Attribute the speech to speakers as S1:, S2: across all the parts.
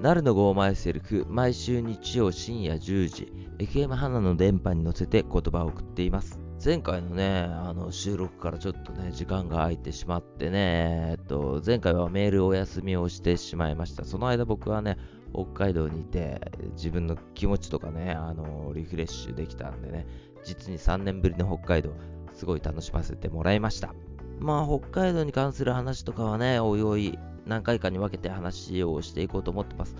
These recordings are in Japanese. S1: なるのごーマイセルフ毎週日曜深夜10時 FM 花の電波に乗せて言葉を送っています前回のねあの収録からちょっとね時間が空いてしまってねえっと前回はメールお休みをしてしまいましたその間僕はね北海道にいて自分の気持ちとかねあのリフレッシュできたんでね実に3年ぶりの北海道すごい楽しませてもらいましたまあ北海道に関する話とかはねおいおい何回かに分けて話をしていこうと思ってます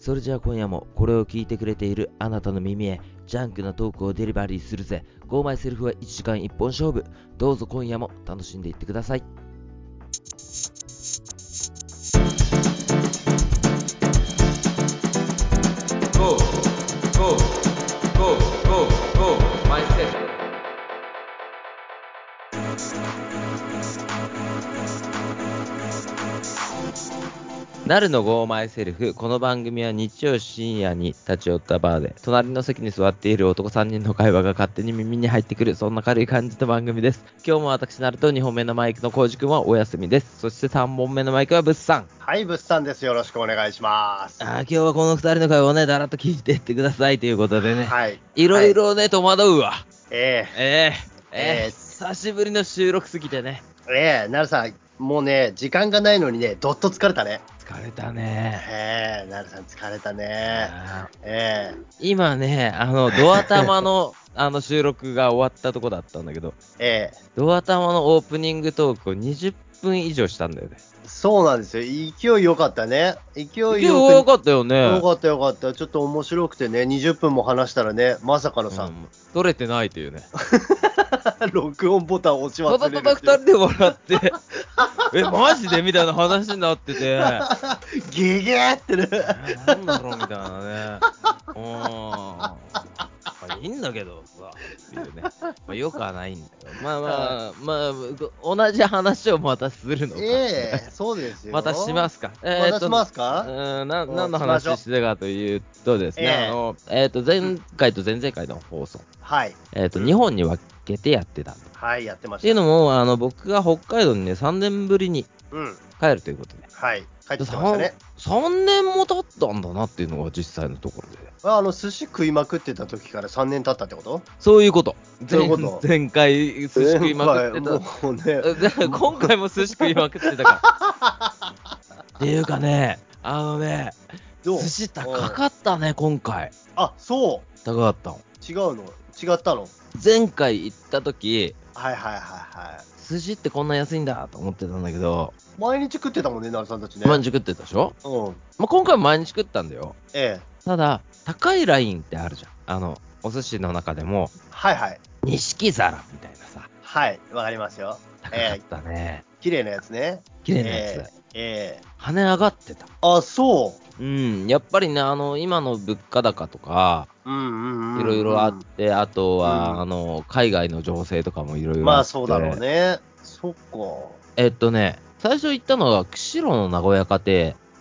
S1: それじゃあ今夜もこれを聞いてくれているあなたの耳へジャンクなトークをデリバリーするぜ Go My Self は1時間1本勝負どうぞ今夜も楽しんでいってくださいなるのゴーマイセルフ。この番組は日曜深夜に立ち寄ったバーで、隣の席に座っている男3人の会話が勝手に耳に入ってくる、そんな軽い感じの番組です。今日も私なると2本目のマイクのコウジ君はお休みです。そして3本目のマイクはブッサン。
S2: はい、物産です。よろしくお願いします。
S1: あー今日はこの2人の会話をね、だらっと聞いていってくださいということでね、
S2: はい。
S1: いろい
S2: は
S1: ろね、戸惑うわ。
S2: え
S1: えー、え
S2: え
S1: ー
S2: ー
S1: 久しぶりの収録すぎてね。
S2: えええなるさん、もうね、時間がないのにね、どっと疲れたね。
S1: 疲れたね。
S2: ええなるさん、疲れたね。
S1: あー
S2: ええ
S1: 今ね、あの、ドア玉の、あの、収録が終わったとこだったんだけど、
S2: ええ
S1: ドア玉のオープニングトークを20分以上したんだよね。
S2: そうなんですよ。勢い良かったね。勢い良
S1: 結構多
S2: く
S1: かったよね。
S2: 良かった、良かった。ちょっと面白くてね、20分も話したらね、まさかの
S1: う
S2: さ、
S1: ん取れてないというね。
S2: 録音ボタン押した忘
S1: だ
S2: れる
S1: た
S2: ってい
S1: だ
S2: う。
S1: 2人で笑って、 え、マジでみたいな話になって て、な
S2: ゲゲーってね。
S1: んだろうみたいなね。うん。まあ、いいんだけどさ、っていうね。まあ、よくはないんだよ。まあまあ、まあ、ご同じ話をまたするのか。
S2: ええそうですよ。
S1: またしますか。
S2: ま
S1: えー
S2: た
S1: と
S2: しますか、
S1: うーんな
S2: うん
S1: 何の
S2: しまし
S1: 話
S2: ょう
S1: してたかというとですね、
S2: ええ
S1: あのえー、と前回と前々回の放送、
S2: はい。
S1: えーと
S2: うん
S1: 日本に分けてやってたと。っ
S2: はい、やってましてた。
S1: いうのも、あの僕が北海道にね、3年ぶりに
S2: うん。
S1: 帰るということで、
S2: はい。帰ってきてましたね。
S1: 3年も経ったんだなっていうのが実際のところで、
S2: ああの寿司食いまくってた時から3年経ったってこと
S1: そういうこと、
S2: そういうこと
S1: 前前回、寿司食いまくって
S2: 前
S1: た。
S2: もうね、
S1: だから 今回も寿司食いまくってた から。っていうかね、あのね、
S2: どう
S1: 寿司高かったね、今回。
S2: あそ
S1: 高かったの。
S2: う違うの違ったの
S1: 前回行った時
S2: はいはいはいは
S1: 寿司ってこんな安いんだと思ってたんだけど、
S2: い毎日食ってたもんねなるさんたちね
S1: 毎日食ってたでしょ、
S2: うん
S1: まあ、今回も毎日食ったんだよ
S2: ええ
S1: ただ高いラインってあるじゃんあのお寿司の中でも
S2: はいはい
S1: 錦皿みたいなさ
S2: はいわかりますよ
S1: 高かったね、
S2: 綺麗なやつね
S1: 綺麗なやつ、
S2: ええ
S1: 跳ね上がってた
S2: あそ
S1: う
S2: う
S1: んやっぱりねあの今の物価高とか
S2: うんうんうん
S1: いろいろあって、あとは、
S2: うん
S1: あの海外の情勢とかもいろいろ
S2: ま
S1: あ
S2: あ
S1: って
S2: そうだろうねそっか
S1: えっとね最初行ったのが釧路の名古屋家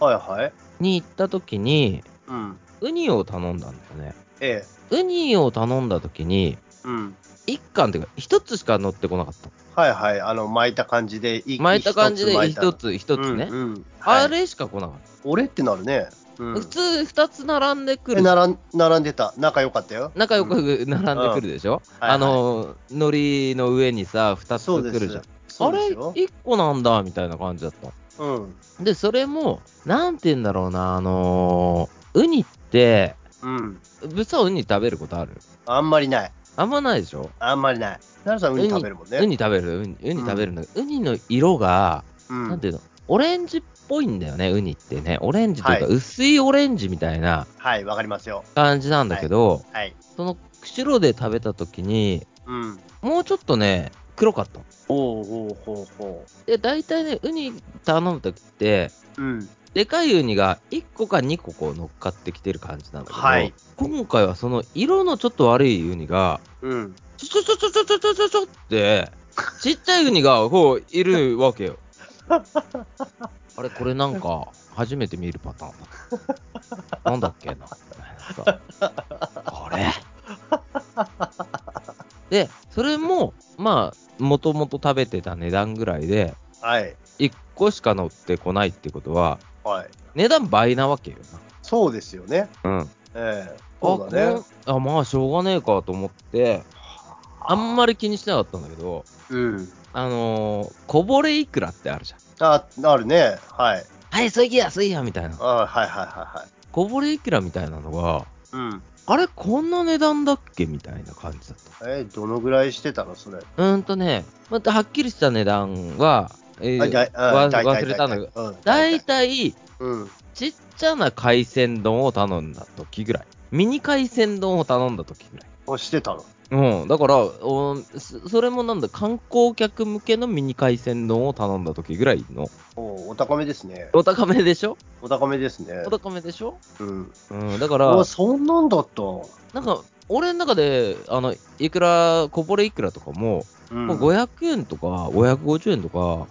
S1: 庭
S2: はいはい
S1: に行った時に
S2: うん
S1: ウニを頼んだんだよね
S2: ええ
S1: ウニを頼んだ時に
S2: うん
S1: 1貫っていうか1つしか乗ってこなかった
S2: はいはいあの巻いた感じでい
S1: 巻いた感じで
S2: 巻いた
S1: 1つ1つね、
S2: うんうんはい
S1: あれしか来なかった、
S2: 俺ってなるね。うん
S1: 普通2つ並んでく
S2: え
S1: る
S2: 並ん並んでた。仲良かったよ。
S1: 仲良
S2: うん
S1: く並んでくるでしょ、
S2: はいはい
S1: あの海苔の上にさ2
S2: そう
S1: つ
S2: で
S1: 来
S2: す
S1: るじゃん
S2: そ
S1: あ
S2: う
S1: れ
S2: ですよ
S1: 1個なんだみたいな感じだった
S2: うん。
S1: でそれもなんて言うんだろうなあのーウニって
S2: うん。
S1: ぶっさウニ食べることある
S2: あんまりない。
S1: あんまないでしょ
S2: あんまりない。なるさん、ウニ食べるもんね。
S1: ウニ食べるウニウニ食べるんだけど、ウニの色が
S2: うん、
S1: なんていうのオレンジっぽいんだよね、ウニってね。オレンジというか、
S2: は
S1: 薄いオレンジみたいな
S2: はい、わかりますよ。
S1: 感じなんだけど、
S2: はい。
S1: その釧路で食べた時に、
S2: うん。
S1: もうちょっとね、黒かったの。
S2: おうおうほうほ
S1: で、大体ね、ウニ頼む時って、
S2: う。うん。
S1: でかいウニが1個か2個こう乗っかってきてる感じなんだけど、
S2: はい
S1: 今回はその色のちょっと悪いウニが、
S2: うん。
S1: ちょちょちょちょちょちょちょちょちょって、ちっちゃいウニがこういるわけよ。 あれ、これなんか初めて見るパターンだ。なんだっけな。さあれで、それも、まあ、もともと食べてた値段ぐらいで、
S2: はい。
S1: 1個しか乗ってこないってことは、
S2: はい。
S1: 値段倍なわけよな。
S2: そうですよね。
S1: うん。あ、
S2: ええそう
S1: こ
S2: だ
S1: れ
S2: ね。
S1: あ、まあ、しょうがねえかと思って、あんまり気にしてなかったんだけど、
S2: うん。
S1: あのーこぼれいくらってあるじゃん。
S2: あ、あるね。はい。
S1: はい、そいきや、そいや、みたいな。
S2: あはいはいはいはい。
S1: こぼれいくらみたいなのが、
S2: うん。
S1: あれ、こんな値段だっけみたいな感じだった。
S2: えーどのぐらいしてたのそれ。
S1: うーんとね、またはっきりした値段は、えー
S2: あだいあ
S1: わ
S2: 大体
S1: 忘れたんだけど、
S2: うん
S1: だい
S2: 大体
S1: たい
S2: うん。
S1: ちっちゃな海鮮丼を頼んだ時ぐらい。ミニ海鮮丼を頼んだ時ぐらい。
S2: あ、してたの。
S1: うん、だからおそ、それもなんだ、観光客向けのミニ海鮮丼を頼んだ時ぐらいの。
S2: おお高めですね。
S1: お高めでしょ
S2: お高めですね
S1: お。高めでしょ
S2: うん。
S1: うん、だから、
S2: あ、そんなんだった。
S1: なんか、俺の中で、あの、いくら、こぼれいくらとかも、
S2: うん
S1: もう500円とか、550円とか、
S2: うん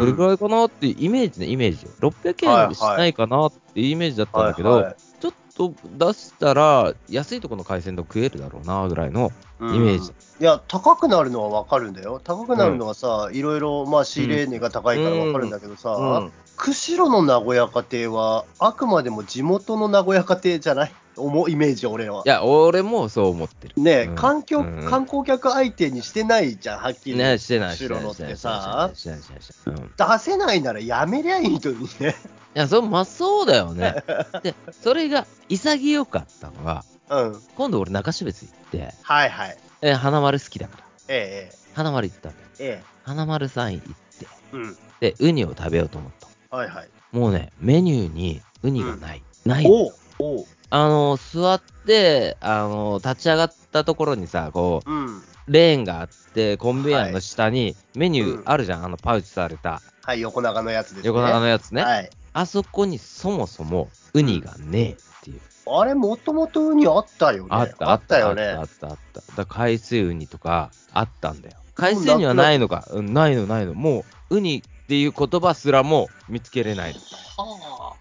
S1: それぐらいかなっていうイメージね、イメージ。600円しないかなっていうイメージだったんだけ
S2: はいは
S1: ど、
S2: い
S1: ちょっと出したら、安いとこの海鮮丼食えるだろうな、ぐらいの
S2: うん
S1: イメージ。
S2: いや、高くなるのは分かるんだよ。高くなるのはさ、いろいろ、まあ、仕入れ値が高いから分かるんだけどさ、
S1: うん。。
S2: 釧路の名古屋家庭は、あくまでも地元の名古屋家庭じゃない思うイメージ、俺はい
S1: や、俺もそう思ってる。
S2: ねえ、
S1: うん
S2: 環境、
S1: うん
S2: 観光客相手にしてないじゃん、はっきり。
S1: ね、してない、して
S2: 釧
S1: な
S2: 路の
S1: い、
S2: っ
S1: してな
S2: て
S1: い、してない、、
S2: さ
S1: してない、してないしてない。うん
S2: 出せないならやめりゃいいのにね。
S1: いや、そ、まあ、そうだよね。で、それが潔かったのが、
S2: うん。
S1: 今度俺中標津行って、
S2: はいはい。
S1: えー花丸好きだから。
S2: え
S1: 花丸行ったんだよ。
S2: えええ
S1: 花丸さん行って、
S2: ええ。うん。
S1: で、ウニを食べようと思った。
S2: はいはい。
S1: もうね、メニューにウニがない。ない。
S2: おうおう
S1: あの、座って、あの、立ち上がったところにさ、こ
S2: うん。
S1: う、レーンがあって、コンベヤーの下にメニュー
S2: うん
S1: あるじゃん、あの、パウチされた、
S2: はい、横長のやつですね。
S1: 横長のやつね。
S2: はい。
S1: あそこにそもそもウニがねえっていう。
S2: あれ、もともとウニあったよね。
S1: あった、あった
S2: よね。
S1: あった、あった。だから海水ウニとかあったんだよ。海水ウニはないのか。うん、ないの、ないの。もう、ウニっていう言葉すらも見つけれないの。
S2: は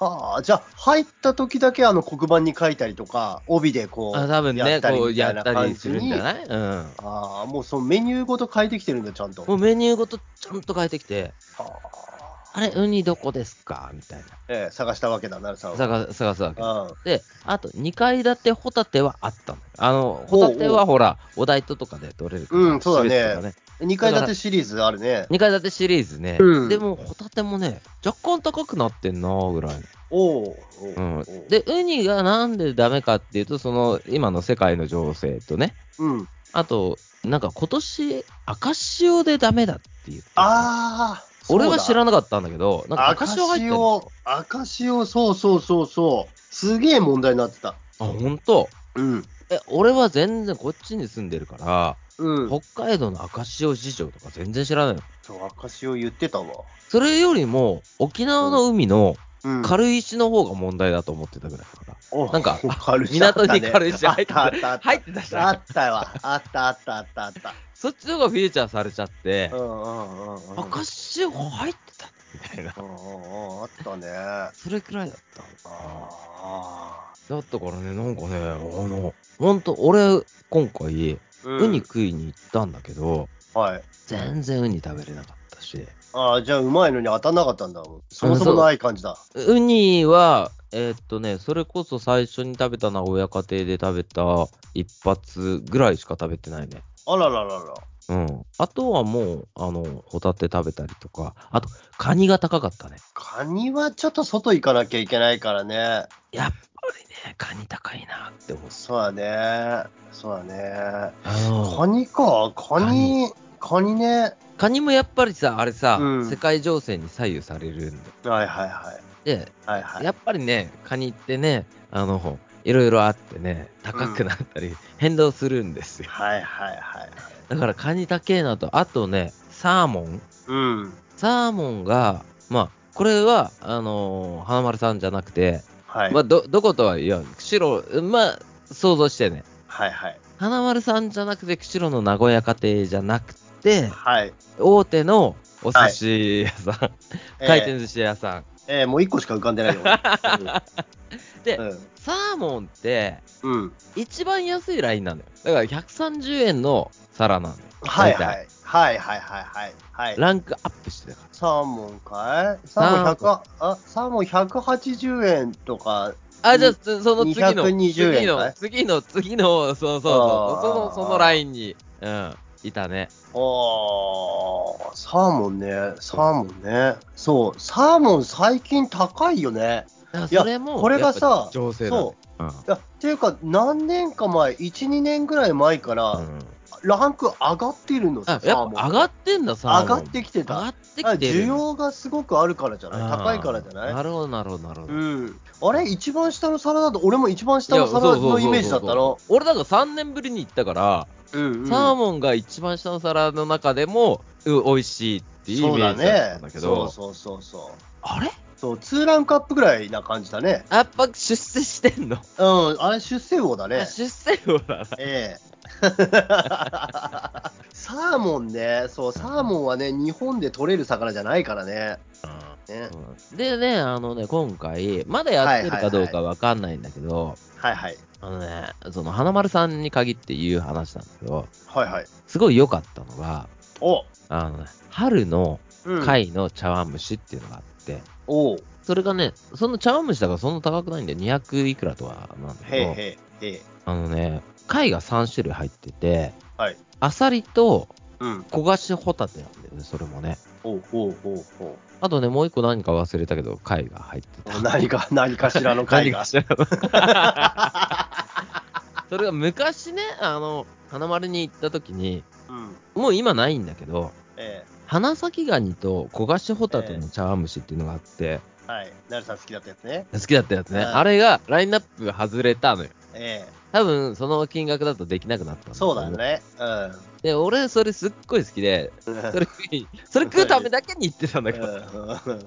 S2: あ、はあ、じゃあ、入った時だけあの黒板に書いたりとか、帯でこう、
S1: あ多分
S2: や
S1: ね、
S2: ったり
S1: こう
S2: みた
S1: や
S2: いな
S1: った
S2: 感
S1: りす
S2: じ
S1: るん
S2: に
S1: じゃないうん。
S2: ああ、もうそのメニューごと変えてきてるんだ、ちゃんと。
S1: もうメニューごとちゃんと変えてきて、
S2: はあ
S1: あれ、ウニどこですかみたい
S2: ええ、探したわけだ、なるさん
S1: な。
S2: は。
S1: 探探すわけ。
S2: うん
S1: で、あと、2階建てホタテはあったのよ。あの、ホタテはほら、お台ととかで取れるから。
S2: うんそうだね
S1: シベリアとか
S2: 2階建てシリーズあるね。
S1: 2階建てシリーズね。
S2: うん
S1: でも、ホタテもね、若干高くなってんなーぐらい。
S2: おうおう
S1: う
S2: お
S1: ん
S2: う、
S1: で、ウニがなんでダメかっていうと、その、今の世界の情勢とね、
S2: うん。
S1: あと、なんか今年、赤潮でダメだって言って。
S2: ああ、
S1: 俺は知ら
S2: ん。
S1: なかったんだけど、なんか赤
S2: 赤
S1: 潮入ってる。あ、
S2: 潮、赤潮、そうそうそうそう。すげえ問題になってた。
S1: ほんと
S2: うん。
S1: え、俺は全然こっちに住んでるから、
S2: うん。
S1: 北海道の赤潮事情とか全然知らないの。
S2: そう赤潮言ってたわ。
S1: それよりも、沖縄の海の
S2: うん
S1: 軽石の方が問題だと思ってたぐらいだから。なんか
S2: 軽石
S1: 港に軽石入ってた
S2: あったあったあ
S1: 入
S2: っ
S1: ってたじ
S2: た。あ
S1: ゃん。
S2: ったわ。あったあったあったあった。
S1: そっちの方がフィーチャーされちゃって
S2: う、んうんうんうん。
S1: 赤潮入ってたみたいな。
S2: うんうんうん。あったね。
S1: それくらいだったのか
S2: あ
S1: な。だったからね、なんかね、あの、ほんと、俺、今回、
S2: ーうん
S1: ウニ食いに行ったんだけど、
S2: はい。
S1: 全然ウニ食べれなかったし、
S2: ああ、じゃあうまいのに当たんなかったんだもん。そもそもない感じだ。
S1: ウニは、えーっとね、それこそ最初に食べたのは親家庭で食べた一発ぐらいしか食べてないね。
S2: あらららら。
S1: うん。あとはもう、あの、ホタテ食べたりとか、あと、カニが高かったね。
S2: カニはちょっと外行かなきゃいけないからね。
S1: やっぱりね、カニ高いなって思う。
S2: そうだね。そうだね。
S1: あの
S2: カニか。カニ、カニね。
S1: カニもやっぱりさ、あれさ、
S2: うん
S1: 世界情勢に左右されるんだよ。
S2: はいはいはい。
S1: で、
S2: はいはい。
S1: やっぱりね、カニってね、あの、いろいろあってね、高くなったり、変動するんですよ。
S2: はいはいはい。
S1: だからカニ高えなと、あとね、サーモン。
S2: うん。
S1: サーモンが、まあ、これは、あのー花丸さんじゃなくて、
S2: はい。
S1: まあ、ど、どことは言わん。釧路、まあ、想像してね。
S2: はいはい。
S1: 花丸さんじゃなくて、釧路の名古屋家庭じゃなくて、
S2: はい。
S1: 大手のお寿司屋さん、
S2: えー
S1: 回転寿司屋さん。
S2: えーもう一個しか浮かん でないよ。
S1: で
S2: うん
S1: サーモンって、
S2: うん。
S1: 一番安いラインなんだよ。だから130円の皿なんだよ。
S2: はい
S1: 大
S2: は
S1: 体
S2: い。はいはいはいはいはい。
S1: ランクアップしてたか
S2: サーモンかいサーモ
S1: サ
S2: ン
S1: ーモ
S2: 100あ、サーモン180円とか、
S1: ら。あ、
S2: うん
S1: じゃあ、つその次の、
S2: 220
S1: 次
S2: 円か
S1: の
S2: い、
S1: 次の、次の、そうそうそ
S2: あー
S1: う、その、そのラインに、うん、いたね。
S2: ああ、サーモンね、サーモンね。そう、サーモン最近高いよね。
S1: だから
S2: いや
S1: それも、
S2: これが
S1: やっ
S2: さ
S1: ぱ、情勢だ、ね
S2: そ。
S1: う
S2: う。いや、っていうか、何年か前、1、2年ぐらい前から、
S1: ん。うん
S2: ランク上がってるの
S1: あ
S2: さ、、
S1: や
S2: サー
S1: っ
S2: モン。
S1: ぱ上がってんだ、サーモン
S2: 上がってきて
S1: 上が
S2: た。
S1: って
S2: あ
S1: きてる。
S2: 需要がすごくあるからじゃない
S1: あー
S2: 高いからじゃない
S1: なるほど、なるほど、なるほ
S2: う
S1: ど。
S2: ん。あれ一番下の皿だと、俺も一番
S1: いや
S2: 下の
S1: そう
S2: 皿
S1: そうそうそう
S2: のイメージだったの。
S1: 俺だから3年ぶりに行ったから、
S2: うん、うん。
S1: サーモンが一番下の皿の中でもう美味しいっていうイメージだったんだけ
S2: そうだ
S1: ど、
S2: ね。そうそうそうそう。
S1: あれ
S2: そう、2ランクアップぐらいな感じだね。
S1: やっぱ出世してんの、
S2: うん、あれ出世魚だね
S1: あ。出世魚だな。
S2: え え。サーモンね、そう、サーモンはね、日本で取れる魚じゃないからね。ね
S1: うんでね、あのね、今回、まだやってるかどうかわかんないんだけど、
S2: はいはい。
S1: あのね、その花丸さんに限って言う話なんだけど、
S2: はいはい。
S1: すごい良かったのが、
S2: お
S1: あのね、春の
S2: うん、
S1: 貝の茶碗蒸しっていうのがあって、
S2: おう
S1: それがね、その茶碗蒸しだからそんな高くないんで、200いくらとはなんだ
S2: へい
S1: けど、
S2: へいへい。
S1: あのね、貝が3種類入ってて、
S2: はい
S1: アサリと
S2: うん。
S1: 焦がしホタテなんだよね、それもね。
S2: おうおうおうおう。
S1: あとね、もう一個何か忘れたけど、貝が入って た。
S2: 何 か、何かしらの貝
S1: 何
S2: が
S1: か。しらそれが昔ね、あの、花丸に行った時に、
S2: うん。
S1: もう今ないんだけど、
S2: え
S1: 花咲ガニと焦がしホタテの茶碗蒸しっていうのがあって、
S2: えはい。なるさん好きだったやつね。
S1: 好きだったやつね。
S2: うん
S1: あれがラインナップが外れたのよ。
S2: ええ
S1: 多分その金額だとできなくなったん
S2: そうだね。
S1: で俺それすっごい好きで
S2: うん。
S1: それそれ食うためだけに行ってたんだけど、
S2: うん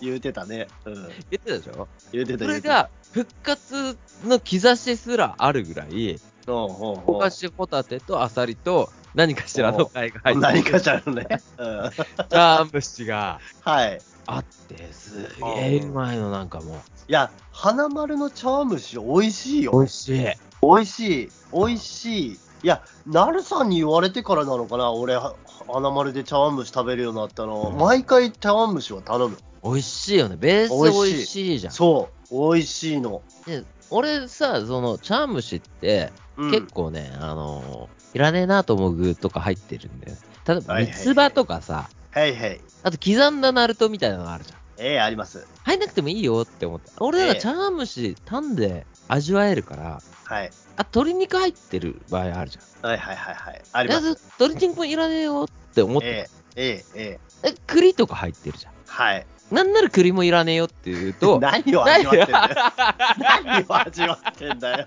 S2: 言うてたね。うん。
S1: 言ってたでしょ
S2: 言うてた
S1: そ
S2: 言
S1: れ
S2: うてた。
S1: が復活の兆しすらあるぐらい
S2: おうおう
S1: お
S2: おう
S1: 菓子ホタテとアサリと何かしらの貝が入って
S2: 何
S1: る
S2: かしらのね。うん。
S1: 茶碗蒸しが
S2: はい。
S1: あってすげえうまいのなんかも
S2: いや、花丸の茶碗蒸し、美味しいう
S1: 美
S2: よ。
S1: 味しい
S2: 美味しい。美味しい。いや、なるさんに言われてからなのかな、俺、は花丸で茶碗蒸し食べるようになったの。
S1: うん
S2: 毎回茶碗蒸しは頼む。
S1: 美味しいよねベース美味しいじゃん
S2: そう、美味しいの。
S1: で俺さその茶碗蒸しって
S2: うん
S1: 結構ね、あのーいらねえなと思う具とか入ってるんだよ。例え
S2: は
S1: ば、三
S2: いはいはい
S1: つ葉とかさ、
S2: はいはい。
S1: あと刻んだナルトみたいなのがあるじゃん。
S2: ええあります。
S1: 入んなくてもいいよって思った。俺なんか
S2: ええ
S1: 茶碗蒸し単で味わえるから、
S2: はい。
S1: あ、鶏肉入ってる場合あるじゃん。
S2: はいはいはいはい。あり
S1: い
S2: ま
S1: や
S2: す。
S1: 鶏肉もいらねえよって思って、
S2: ええええええ
S1: え栗とか入ってるじゃ
S2: はい。
S1: ん。なんなら栗もいらねえよって言うと、
S2: 何を味わってんだよ。 何を味わってんだよ。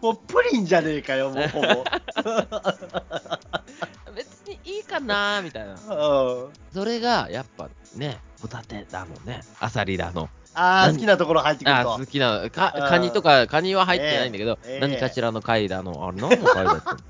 S2: もうプリンじゃねえかよ、もう ほぼ。
S1: 別にいいかなーみたいな。
S2: うん
S1: それがやっぱね、ホタテだのね、アサリだの。
S2: ああ、
S1: 何
S2: 好きなところ入ってくる
S1: あ
S2: と
S1: 好。きなか
S2: うん
S1: カニとかカニは入ってないんだけど、
S2: ええええ
S1: 何かしらの貝だのあれ何の貝だったの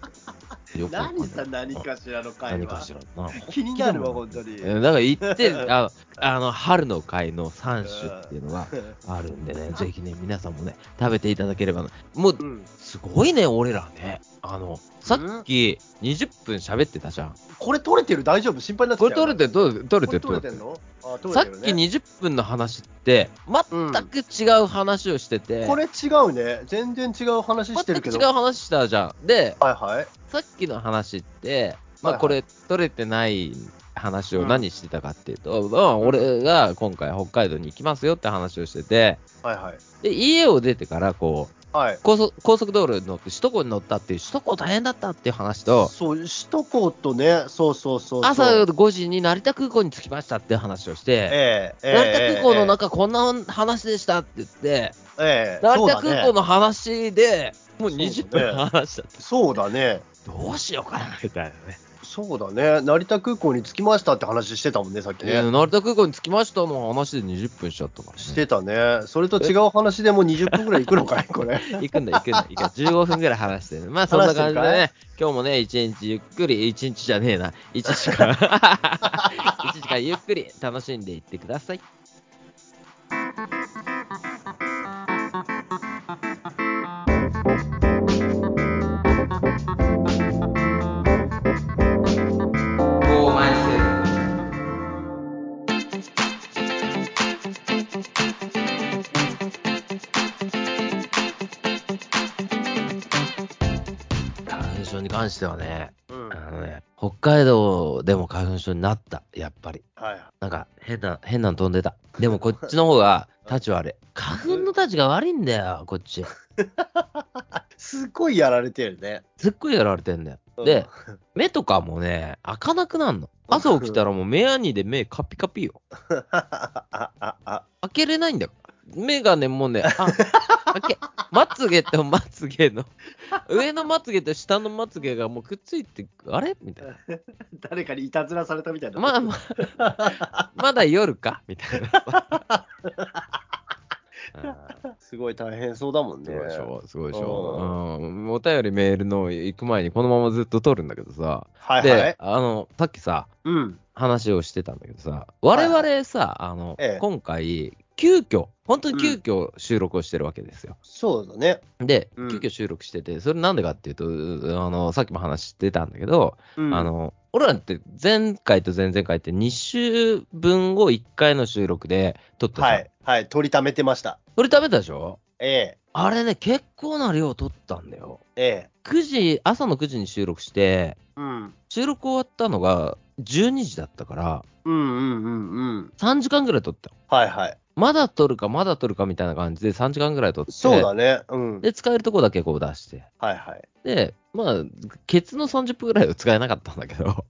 S1: よくわかんな
S2: 何
S1: い
S2: さ、何かしらの会
S1: 何か
S2: 話
S1: し。らな
S2: 気になるわ、本当に。
S1: えーだから行ってああの春の貝の3種っていうのがあるんでねぜひね皆さんもね食べていただければなもう
S2: うん
S1: すごいね俺らねあのさっき20分喋ってたじゃん
S2: これ取れてる大丈夫心配になって
S1: こ
S2: き
S1: れ
S2: た
S1: 取れてるどう取れてる取
S2: これ
S1: れ
S2: 取れ
S1: て
S2: て
S1: る
S2: んのあ取
S1: さ
S2: れ
S1: って
S2: る
S1: き
S2: ね
S1: 20分の話って全く違う話をしてて、
S2: これ違うね。全然違う話してる
S1: 全
S2: け
S1: く
S2: ど。
S1: 違う
S2: はい
S1: 話したじゃんで
S2: はい。
S1: さっきの話って、まあ、
S2: はいはい
S1: これ、取れてない話を
S2: うん
S1: 何してたかっていうと、まあ、俺が今回、北海道に行きますよって話をしてて、
S2: はいはい。
S1: で家を出てからこう
S2: はい。
S1: 高速、高速道路に乗って、首都高に乗ったっていう、首都高大変だったっていう話と、
S2: そう、首都高とね、そうそうそうそう。
S1: 朝5時に成田空港に着きましたっていう話をして、
S2: ええええ
S1: 成田空港の中、こんな話でしたって言って、
S2: ええ
S1: 成田
S2: そうだ
S1: 空
S2: ね
S1: 港の話で、もう
S2: そうだね
S1: 20分の話だっ
S2: そうだね。
S1: た、どうしようかなみたいなね。
S2: そうだね。成田空港に着きましたって話してたもんね、さっき
S1: えー
S2: ね。
S1: 成田空港に着きましたの話で20分しちゃったから、ね、
S2: してたね。それと違う話でもう20分ぐらい行くのかい、これ。
S1: 行くんだ行くんだ行くんだ15分ぐらい話してるまあそんな感じでね今日もね一日ゆっくり一日じゃねえな1時 間一時間ゆっくり楽しんでいってください関してはね、
S2: うん。
S1: あ
S2: はい。
S1: のね、北海道でも花粉症になった、やっぱり。なんか、変な、変なの飛んで た。でもこっちの方が、立ち悪い。花粉の立ちが悪いんだよ、こっち。
S2: すごいやられてるね。
S1: すっごいやられてんだよ。
S2: うん
S1: で、目とかもね、開かなくなるの。朝起きたらもう目やにで目カピカピよ。
S2: あああ
S1: 開けれないんだよ。目がね、もうね、あ、開け、 まつげとまつげの、上のまつげと下のまつげがもうくっついて、あれみたいな。
S2: 誰かにいたずらされたみたいな。
S1: まあま あ、まだ夜かみたいな。あー
S2: すごい大変そうだもん
S1: す
S2: ね。
S1: ごいでしょ、すごいでしょ。うん、お便りメールの行く前にこのままずっと撮るんだけどさ、
S2: はいは
S1: で
S2: い、。
S1: あの、さっきさ、
S2: うん。
S1: 話をしてたんだけどさ、
S2: い
S1: 我
S2: はい
S1: 々さ、あの、
S2: ええ
S1: 今回、急遽、本当に急遽収録をしてるわけですよ。
S2: そうだね。
S1: で、
S2: うん
S1: 急遽収録してて、それなんでかっていうと、うあの、さっきも話してたんだけど、
S2: うん、
S1: あの、俺らって前回と前々回って2週分を1回の収録で撮ったじゃん。
S2: はい。はい。取りためてました。
S1: それ食べたでしょ
S2: え
S1: あれね、結構な量撮ったんだよ。
S2: え。ええ。
S1: 9時、朝の9時に収録して、
S2: うん。
S1: 収録終わったのが12時だったから、
S2: うんうんうんうん。
S1: 3時間ぐらい撮ったの
S2: はいはい。
S1: まだ撮るか、まだ撮るかみたいな感じで3時間ぐらい撮って、
S2: そうだね。うん。
S1: で、使えるとこだけこう出して。
S2: はいはい。
S1: で、まあ、ケツの30分ぐらいは使えなかったんだけ ど。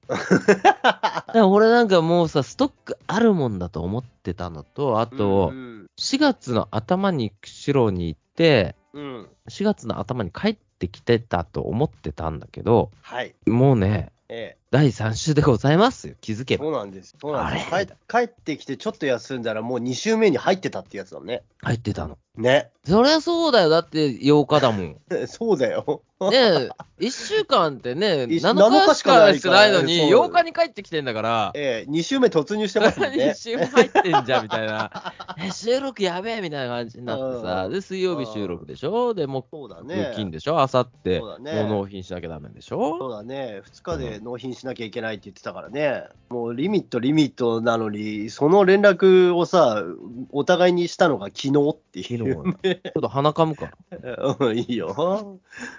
S1: でも俺なんかもうさ、ストックあるもんだと思ってたのと、あと
S2: う、ん
S1: 4月の頭に釧路に行って、
S2: うん、うん。
S1: 4月の頭に帰ってきてたと思ってたんだけど、
S2: はい。
S1: もうね、
S2: え
S1: 第3週でございますよ。気づ
S2: え。
S1: けば
S2: そ。うなんです。そうなんです
S1: あれ
S2: 帰。帰ってきてちょっと休んだらもう2週目に入ってたってやつだね。
S1: 入ってたの。
S2: ね。
S1: そりゃそうだよ。だって8日だもん。
S2: そうだよ。
S1: ねえ、1週間ってね、
S2: 一
S1: 7日しかしかないのに、
S2: そう
S1: 8日に帰ってきてんだから、
S2: ええ、2週目突入してますもん
S1: 1
S2: ね。
S1: 週も入ってんじゃんみたいな、 え収録やべえみたいな感じになってさ、
S2: うん
S1: で、水曜日収録でしょ、で、木
S2: そうだね。
S1: 金でしょ、あさって、
S2: そ
S1: も
S2: う
S1: う
S2: だね
S1: 納品しなきゃダメでしょ、
S2: そうだね、2日で納品しなきゃいけないって言ってたからね、もうリミット、リミットなのに、その連絡をさ、お互いにしたのが昨日って
S1: 昨
S2: い
S1: 日
S2: う、
S1: はちょっと鼻かむから。
S2: うん いいよ、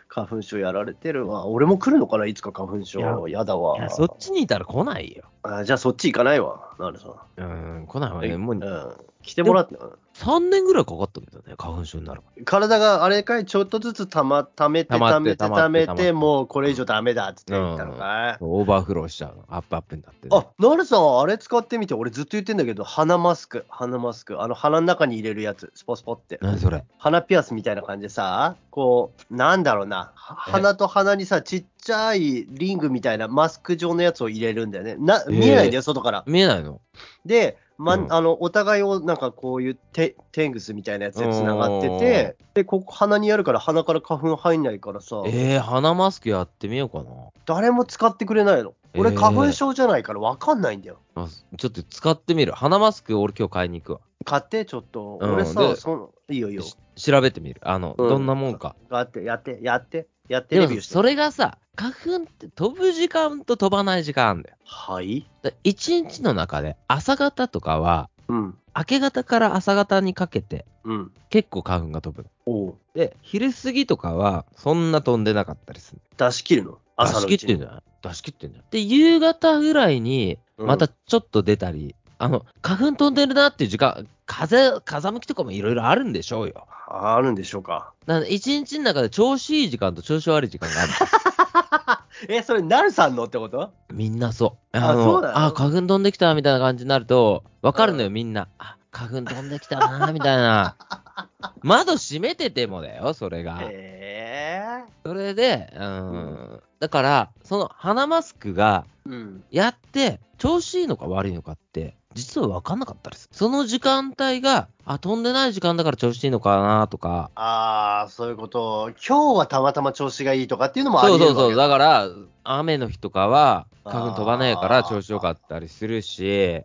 S2: 花粉症やられてるわ、俺も来るのかな、いつか花粉
S1: い
S2: 症、
S1: や
S2: やだ
S1: い
S2: わ
S1: や、そっちにいたら来ないよ。
S2: あ、じゃあそっち行かないわ、なるさん、
S1: うん、来ないわね。も
S2: う、
S1: うん
S2: 来てもらって、
S1: 3年ぐらいかかったんだよね、花粉症になるから。
S2: 体があれかい、ちょっとずつたまためて、
S1: 溜ま
S2: た
S1: っ
S2: め
S1: て
S2: て、ため、
S1: 溜まって
S2: もうこれ以上だめだっつって言ったのかい。
S1: オーバーフローしちゃうの、アップアップになってね、
S2: あ、なるさん、あれ使ってみて、俺ずっと言ってんだけど、鼻マスク、鼻マスク、あの鼻の中に入れるやつ、スポスポって。
S1: 何それ。
S2: 鼻ピアスみたいな感じでさ、こう、なんだろうな、は
S1: え
S2: 鼻と鼻にさ、ちっちゃいリングみたいなマスク状のやつを入れるんだよね。な
S1: えー
S2: 見えないんだよ、外から。
S1: 見えないの
S2: で、ま
S1: うん
S2: あのお互いをなんかこういうテテングスみたいなやつでつながってて、で、ここ鼻にやるから鼻から花粉入んないからさ、
S1: えー、鼻マスクやってみようかな。
S2: 誰も使ってくれないの。俺、
S1: えー
S2: 花粉症じゃないから分かんないんだよ。
S1: あちょっと使ってみる。鼻マスク、俺今日買いに行くわ。
S2: 買って、ちょっと。
S1: うん
S2: 俺さ、
S1: で
S2: その、いいよいいよ。
S1: し調べてみる。あの、
S2: うん
S1: どんなもんか。
S2: やって、やって、やって、やって
S1: で
S2: レビュ
S1: も、
S2: ーして。
S1: それがさ、花粉って飛ぶ時間と飛ばない時間あるんだよ。
S2: はい
S1: だ1日の中で、朝方とかは、
S2: うん。
S1: 明け方から朝方にかけて、
S2: うん。
S1: 結構花粉が飛ぶの。
S2: おう
S1: で、昼過ぎとかは、そんな飛んでなかったりする。
S2: 出し切るの
S1: 出
S2: 朝の
S1: し
S2: う
S1: 切っ
S2: ち
S1: て
S2: に
S1: んじゃない出し切ってんじゃん。で、夕方ぐらいに、
S2: うん
S1: またちょっと出たり、あの、花粉飛んでるなっていう時間、風、風向きとかもいろいろあるんでしょうよ。
S2: ああるんでしょうか。
S1: なんで、一日の中で調子いい時間と調子悪い時間があ るんです
S2: え、それ、なるさんのってこと
S1: みんなそう。
S2: あ
S1: あの、
S2: そうなの
S1: あ花粉飛んできたみたいな感じになると、わかるのよ、みんな。あ、花粉飛んできたな、みたいな。 窓閉めててもだよ、それが。
S2: へえ。
S1: それで、うん、
S2: う
S1: だから、その鼻マスクが
S2: うん。
S1: やって、調子いいのか悪いのかって、実は分かんなかったです。その時間帯が、あ、飛んでない時間だから調子いいのかなとか、
S2: ああ、そういうこと。今日はたまたま調子がいいとかっていうのもあり
S1: そ
S2: え
S1: う
S2: るわ
S1: そうそ
S2: け
S1: う、
S2: だ
S1: だから、雨の日とかは、
S2: あー
S1: 花粉飛ばないから調子良かったりするし、
S2: うん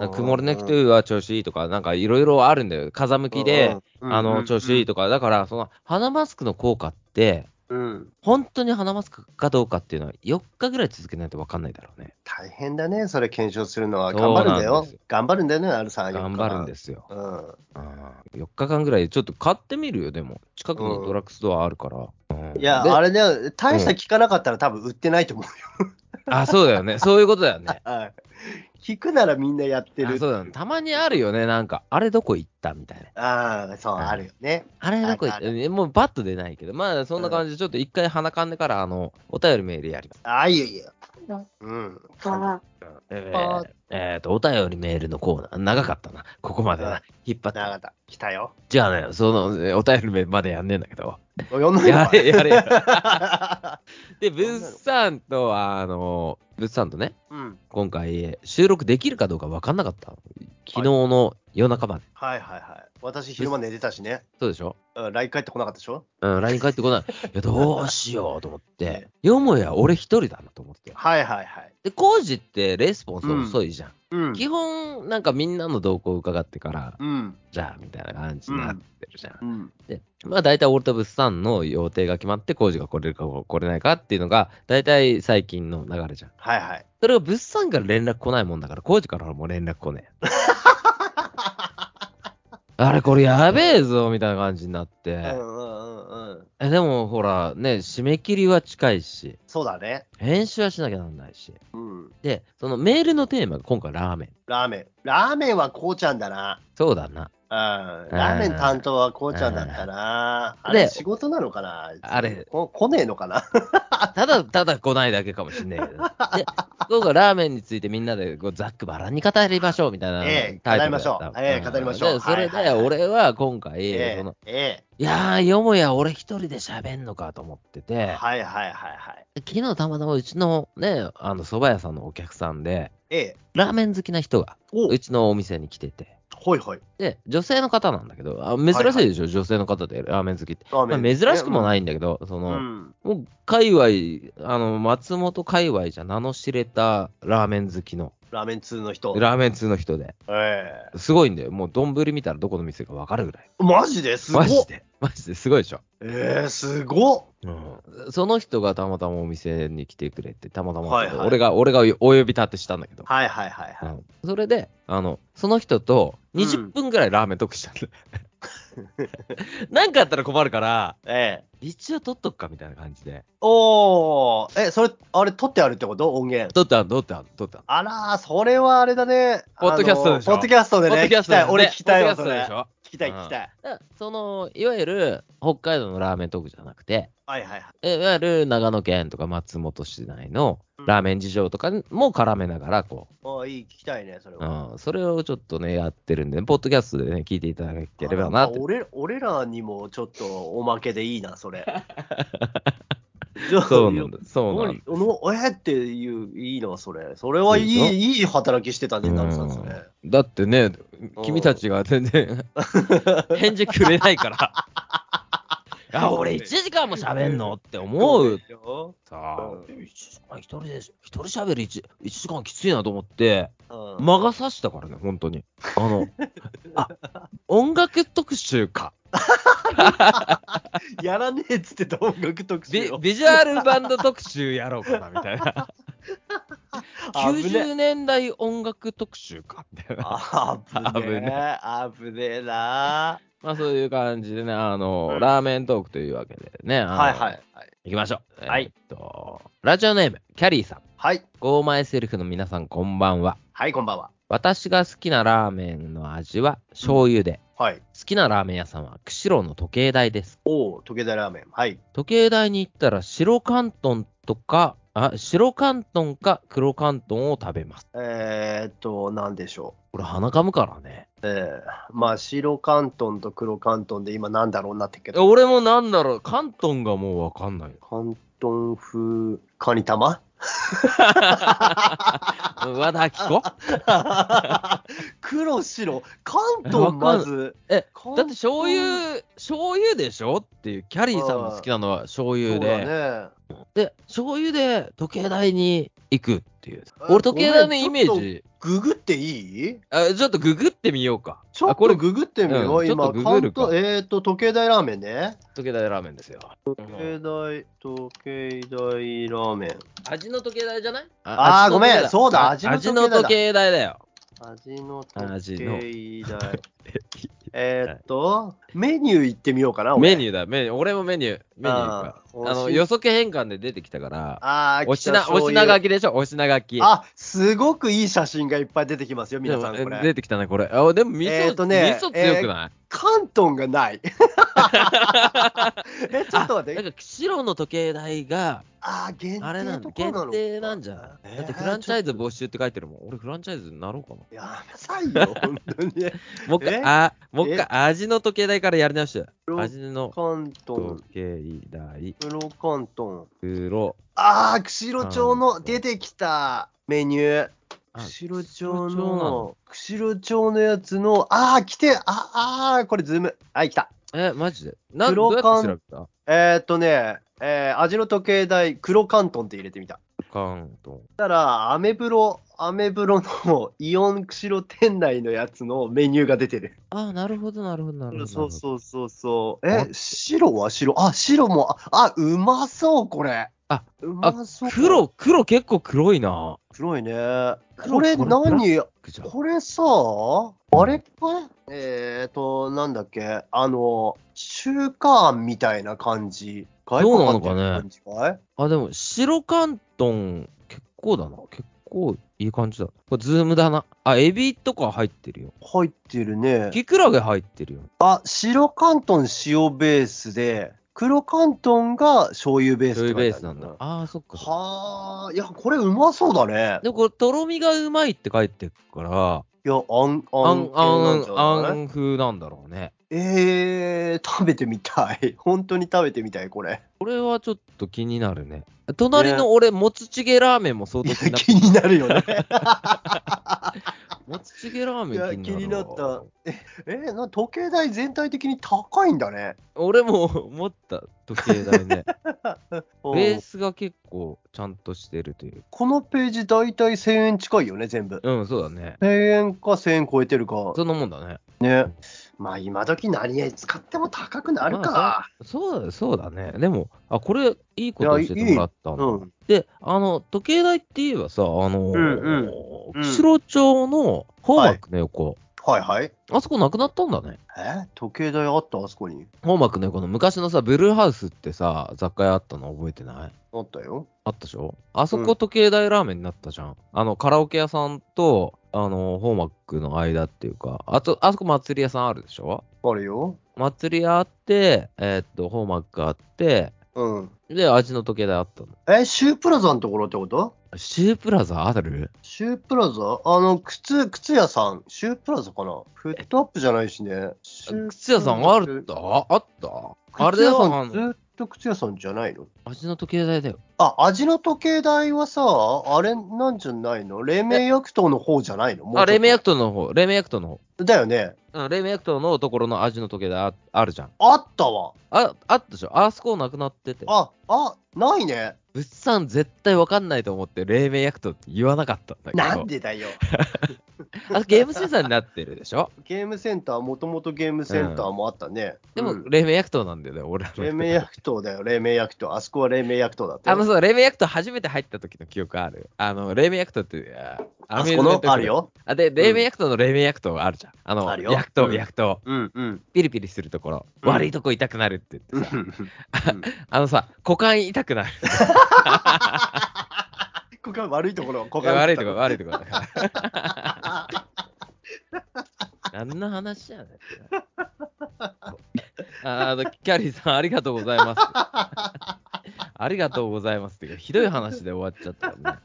S1: なんか曇りの日は調子いいとか、なんかいろいろあるんだよ、風向きで、、
S2: うん
S1: あの調子いい
S2: と。
S1: とか、だから、その鼻マスクの効果って、
S2: うん。
S1: 本当に鼻マスクかどうかっていうのは4日ぐらい続けないと分かんないだろうね。
S2: 大変だね、それ検証するのは。
S1: そう
S2: 頑張
S1: なん
S2: るんだよ
S1: ですよ。
S2: 頑張るんだよね、あるさん。。
S1: 頑張るんですすよ。
S2: うん。
S1: 4日間ぐらいちょっと買ってみるよ、でも。近くにドラッグストアあるから。うん
S2: いや、
S1: で
S2: あれね、大した効かなかったら多分売ってないと思う よ。
S1: あ、そうだよね。そういうこと だよね。
S2: はい効くならみんなやって
S1: あ
S2: る。
S1: そうだねたまにあるよね、なんか、あれどこ行ったみたいな。
S2: ああ、そう、
S1: はい
S2: あるよね。
S1: あれどこ行っ
S2: あるあ
S1: たもうバッと出ないけど、まあそんな感じで、ちょっと一回鼻かんでから、あの、お便りメールやります。
S2: ああ、いいよいいよ。うん。
S1: えーえーと、お便りメールのコーナー、長かったな。ここまで
S2: うん
S1: な。引っ張っ
S2: 長か
S1: た。
S2: った。来たよ。
S1: じゃあね、その、えーお便りメールまでやんねえんだけど。
S2: 読んだ
S1: やれ、やれよ。
S2: か
S1: で、ブッサンとは、あの、ブッサンとね、
S2: うん。
S1: 今回、収録できるかどうか分かんなかった。昨日の夜中まで。
S2: はいはいはい。私、昼間寝てたしね。
S1: そうでしょ
S2: うん LINE 帰ってこなかったでしょ
S1: うん、LINE 返ってこない。いや、どうしようと思って、よもや俺一人だなと思って。
S2: はいはいはい。
S1: で、工事ってレスポンス遅いじゃん。
S2: うん。
S1: 基本、なんかみんなの動向を伺ってから、
S2: うん。
S1: じゃあ、みたいな感じになってるじゃん。
S2: うん。
S1: で、まあ大体オルタブスさんの予定が決まって、工事が来れるか来れないかっていうのが、大体最近の流れじゃん。
S2: はいはい。
S1: それが物産から連絡来ないもんだから、工事からも連絡来ねえ。 あれこれやべえぞみたいな感じになって、
S2: うんうんうんうん。
S1: えでもほらね締め切りは近いし
S2: そうだね。
S1: 編集はしなきゃなんないし
S2: うん。
S1: でそのメールのテーマが今回ラーメン
S2: ラーメン。ラーメンはこうちゃんだな。
S1: そうだな
S2: うん。ラーメン担当はこうちゃんだったな。
S1: うん
S2: あれ、
S1: で
S2: 仕事なのかな
S1: あれ
S2: こ来ねえのかな
S1: ただただ来ないだけかもしんないけ どで今回ラーメンについてみんなでこうざっくばらんに語りましょうみたいな
S2: ええ
S1: タイトルだった
S2: 語りましょうええ
S1: ん
S2: 語りましょう
S1: でそれ
S2: はいは
S1: で
S2: いはい
S1: 俺は今回、
S2: え
S1: その
S2: え
S1: いやーよもや俺一人で喋んのかと思ってて、
S2: えはいはいはいはい。
S1: 昨日たまたまうちのね、あの蕎麦屋さんのお客さんで、
S2: ええ。
S1: ラーメン好きな人が
S2: お
S1: うちのお店に来てて、
S2: ほいほい。
S1: で、女性の方なんだけど、あ珍しいでしょ、女性の方でラーメン好きって。
S2: ラー
S1: まあ、珍しくも
S2: い。
S1: ないんだけど、そうの、
S2: ん。
S1: もう界隈、あの、松本界隈じゃ名の知れたラーメン好きの、
S2: ラーメン通の人。
S1: ラーメン通の人で、
S2: ええ
S1: すごいんだよ。もう丼見たらどこの店かわかるぐらい。
S2: マジですご
S1: マ
S2: っ
S1: ジで、マジですごいでしょ。
S2: ええすごっ
S1: うん、その人がたまたまお店に来てくれて、たまたま、
S2: はいはい
S1: 俺が、俺がお呼び立てしたんだけど、
S2: はいはいはいは
S1: う
S2: い。
S1: んそれであの、その人と
S2: うん
S1: 20分ぐらいラーメン得したんだ。なんかあったら困るから、
S2: ええ
S1: 一応取っとくかみたいな感じで。
S2: おー、え、それ、あれ、撮ってあるってこと音源。
S1: 取ったの、取ったの、取ったの。
S2: あらー、それはあれだね。
S1: ポッドキャストでしょ
S2: あのポッドキャストでね。聞きたい。俺聞きたいわ、
S1: ポ
S2: そ
S1: ッドキャ
S2: れ
S1: ストでし。ょ
S2: 聞きたい、
S1: うん
S2: 聞きたい。
S1: だからその、いわゆる北海道のラーメントークじゃなくて、
S2: はいはいはい。
S1: えいわゆる長野県とか松本市内の
S2: うん
S1: ラーメン事情とかも絡めながら、こう、
S2: おーいい、聞きたいね、それは。
S1: うん、それをちょっとね、やってるんで、ポッドキャストでね、聞いていただければな
S2: あ
S1: って。
S2: 俺俺らにもちょっとおまけでいい な、それ。
S1: そうなんだ、
S2: お
S1: そう
S2: お
S1: なんだ。
S2: おえっていう、いいな、それ。それはい
S1: いでしょ
S2: い、いい働きしてたね、なるさん、それ。
S1: うんだってね、君たちが全 然返事くれないから。あ、俺1時間も喋んのって思う。
S2: よ。
S1: さあ、
S2: うん
S1: 1時間一人で、一人喋る 1, 一時間きついなと思って、
S2: うん
S1: 魔が差したからね、本当に。あ の、あ、音楽特集か。
S2: やらねえっつってた音楽特
S1: ビ
S2: 集を。
S1: ビジュアルバンド特集やろうかな、みたいな。
S2: 危ね
S1: 90年代音楽特集かみたいな。
S2: あぶ
S1: 危ね
S2: ねえ、あぶねえな。
S1: まあそういう感じでね、あの、
S2: うん
S1: ラーメントークというわけでね、あの
S2: はいはい。はい。
S1: 行きましょう。
S2: はい
S1: えーっと、ラジオネーム、キャリーさん。
S2: はい、
S1: ゴーマイセルフの皆さん、こんばんは。
S2: はい、こんばんは。
S1: 私が好きなラーメンの味は醤油で、
S2: はい。
S1: 好きなラーメン屋さんは釧路の時計台です。
S2: おお、時計台ラーメン。はい。
S1: 時計台に行ったら白関東とか、あ、白関東か黒関東を食べます。
S2: えー、っと、なんでしょう。
S1: これ鼻かむからね。
S2: えー、まあ、白関東と黒関東で今なんだろうなってっけ
S1: え
S2: ど。
S1: 俺もなんだろう、関東がもうわかん ない。
S2: 関東風カニ玉
S1: 和田明子
S2: 黒白、関東まず。
S1: え、
S2: 関
S1: だっ
S2: 東
S1: て醤油、醤油でしょっていう、キャリーさんの好きなのは醤油で、
S2: そうだね
S1: で、醤油で時計台に行くっていう。
S2: え
S1: 俺時計台のイメ
S2: ご
S1: ー
S2: めん
S1: ジ、
S2: ググっていい
S1: あちょっとググってみようか。
S2: ちょ
S1: あ
S2: っ
S1: これ
S2: とググってみよう、
S1: うんちょっ
S2: 今、
S1: とググ
S2: 関
S1: るか
S2: 東、えっ、と、時計台ラーメンね。
S1: 時計台ラーメンですよ。
S2: 時計台、時計台ラーメン。
S1: 味の時計台じゃない
S2: あ
S1: 味の時
S2: ー
S1: 計
S2: ごめんそうだ味の時計台だ
S1: 味の時計台だよ。
S2: 味の
S1: 味
S2: 時
S1: の
S2: 計台。えっと、メニュー行ってみようかな、
S1: メニ
S2: ュー。
S1: ューだ、メニュー。俺もメニュー。メニュー行くわ
S2: あー
S1: あの、
S2: おし
S1: 予測変換で出てきたから、
S2: あー
S1: お
S2: 北
S1: 品、
S2: 醤
S1: お
S2: 油
S1: 品書きでしょお品書き。
S2: あ、すごくいい写真がいっぱい出てきますよ、
S1: で
S2: 皆
S1: も、
S2: さん、これ。
S1: 出てきたね、これ。あ、でも味噌、
S2: えーとね
S1: 味噌強くない、
S2: 関東 がない。え、ちょっと待っ
S1: なん
S2: て。
S1: か白の時計台が、
S2: あー、限
S1: あれ
S2: 定
S1: な
S2: と
S1: ん
S2: か
S1: 限
S2: なの
S1: 定なんじゃない、
S2: えー
S1: だってフランチャイズ募集って書いてるもん。俺フランチャイズになろうかな。
S2: やめなさいよ、本当に。
S1: もう一回、
S2: え
S1: あ、もう一回、味の時計台からやり直して。 味の
S2: 関東
S1: 時、計台、
S2: 黒関東。
S1: 黒。
S2: あー、釧路町
S1: 関
S2: の
S1: 東
S2: 出てきたメニュー。
S1: あ
S2: 釧路
S1: 釧
S2: 町
S1: 路町なの
S2: の、釧路町のやつの、あー、来て、ああー、これズーム。はい、来た。
S1: え、マジでなんど
S2: 黒
S1: うや
S2: 缶
S1: って調べた
S2: えー、っとね、えー味の時計台、黒関東って入れてみた。
S1: 関東。
S2: そしたら、アメブロ、アメブロのイオン釧路店内のやつのメニューが出てる。
S1: あ、なるほど、なるほど、なるほど。
S2: そう
S1: う。
S2: そうそうそう。
S1: なる
S2: え
S1: ほど、
S2: 白は白。あ、白も、あ、うまそう、これ。
S1: あ、
S2: うまそう。
S1: 黒、黒結構黒いな。
S2: 黒いね。
S1: 黒
S2: これ
S1: これブラ
S2: 何
S1: じゃん
S2: これさ、あれかいえっ、ー、と、なんだっけ、あの、中華みたいな感じ。外
S1: う
S2: 国
S1: なのかね
S2: 感じかい
S1: あ、でも、白関東、結構だな。結構いい感じだ。これ、ズームだな。あ、エビとか入ってるよ。
S2: 入ってるね。
S1: キクラゲ入ってるよ。
S2: あ、白関東塩ベースで、黒関東が醤油ベース
S1: そう
S2: っ
S1: いう
S2: て書い
S1: ベー
S2: てあ
S1: ス
S2: る
S1: なんだ。ああ、そっか。
S2: はあ、いや、これうまそうだね。
S1: でもこれ、とろみがうまいって書いてるから、
S2: いや、あん、あ
S1: あ
S2: ん
S1: ん、、
S2: あん
S1: あ
S2: なんじゃ
S1: ん、あ
S2: ない、
S1: ん風なんだろうね。
S2: えー、食べてみたい。本当に食べてみたい、これ。
S1: これはちょっと気になるね。隣の俺、もつちげラーメンも相
S2: い
S1: 当
S2: や
S1: 気になっ
S2: 気になるよね。
S1: もつちげラーメ
S2: いや
S1: ン気になるわ
S2: 気になっえーな時計台全体的に高いんだね。
S1: 俺も思った時計台 ね。
S2: う
S1: ベー
S2: ん
S1: スが結構ちゃんとしてるという。
S2: このページ大体1000円近いよね、全部。
S1: うん、そうだね。
S2: 1000円か1000円超えてるか。
S1: そんなもんだね。
S2: ね。まあ今時何円使っても高くなるか。
S1: そうだ、そうだね。でも、あ、これ、いいことを
S2: いや
S1: 教えてもらった
S2: う
S1: の。
S2: ん。
S1: で、あの、時計台って言えばさ、あのー、
S2: うんうん
S1: 釧路町の本幕の横、
S2: はいはい。
S1: あそこなくなったんだね。
S2: え時計台あったあそこに。
S1: 本幕の横の昔のさ、ブルーハウスってさ、雑貨屋あったの覚えてない
S2: あったよ。
S1: あったでしょあそうこ
S2: ん
S1: 時計台ラーメンになったじゃん。あの、カラオケ屋さんと、あのー、本幕の間っていうか、あと、あそこ祭り屋さんあるでしょ
S2: あるよ。
S1: 祭り屋あって、えーっと、本幕があって、
S2: うん。
S1: で、味の時計台あったの。
S2: え、シュープラザのところってこと
S1: シュープラザある
S2: シュープラザあの、靴、靴屋さん。シュープラザかなフットアップじゃないしね。シュープラザ
S1: 靴屋さんあるったあったあれ
S2: 靴
S1: だ
S2: 屋
S1: よ、
S2: さ
S1: あ
S2: ん
S1: の
S2: ずっと靴屋さんじゃないの
S1: 味の時計台だよ。
S2: あ、味の時計台はさ、あれなんじゃないの黎明薬刀の方じゃないのもうちょっ
S1: あ、
S2: と
S1: 黎明薬刀の方、黎明薬刀の方。
S2: だよね。
S1: うん、黎明薬刀のところの味の時計台ああるじゃん。
S2: あったわ。
S1: あ、あったでしょあそこなくなってて。
S2: あ、あ、ないね。
S1: 物産絶対わかんないと思って、黎明薬刀って言わなかったんだけど。
S2: なんでだよ。
S1: あゲーム審査になってるでしょ
S2: ゲームセンター、もともとゲームセンターもあったね。
S1: で
S2: う
S1: も、
S2: ん
S1: 黎明薬刀なんだよね、俺らの
S2: 黎明薬刀だよ、黎明薬刀。あそこは黎明薬刀だった
S1: あ
S2: よ
S1: の、そう、黎明薬刀初めて入った時の記憶ある。あの、黎明薬刀って、あア
S2: あ
S1: ミューズ
S2: そこ
S1: メント
S2: の
S1: クラブ
S2: ある。よ。
S1: あで、黎明薬刀の黎明薬刀あるじゃん。あの、
S2: あるよ
S1: 薬刀、
S2: うん
S1: 薬刀。
S2: うんうん。
S1: ピリピリするところ、
S2: うん
S1: 悪いとこ痛くなるって
S2: う
S1: 言ってさ、
S2: ん
S1: あのさ、股間痛くなる。
S2: ここは悪いところ、ここは
S1: 悪いとこ、悪いとこだ から。何の話やねん。ああのキャリーさん、ありがとうございます。ありがとうございますっていうか、ひどい話で終わっちゃったからね。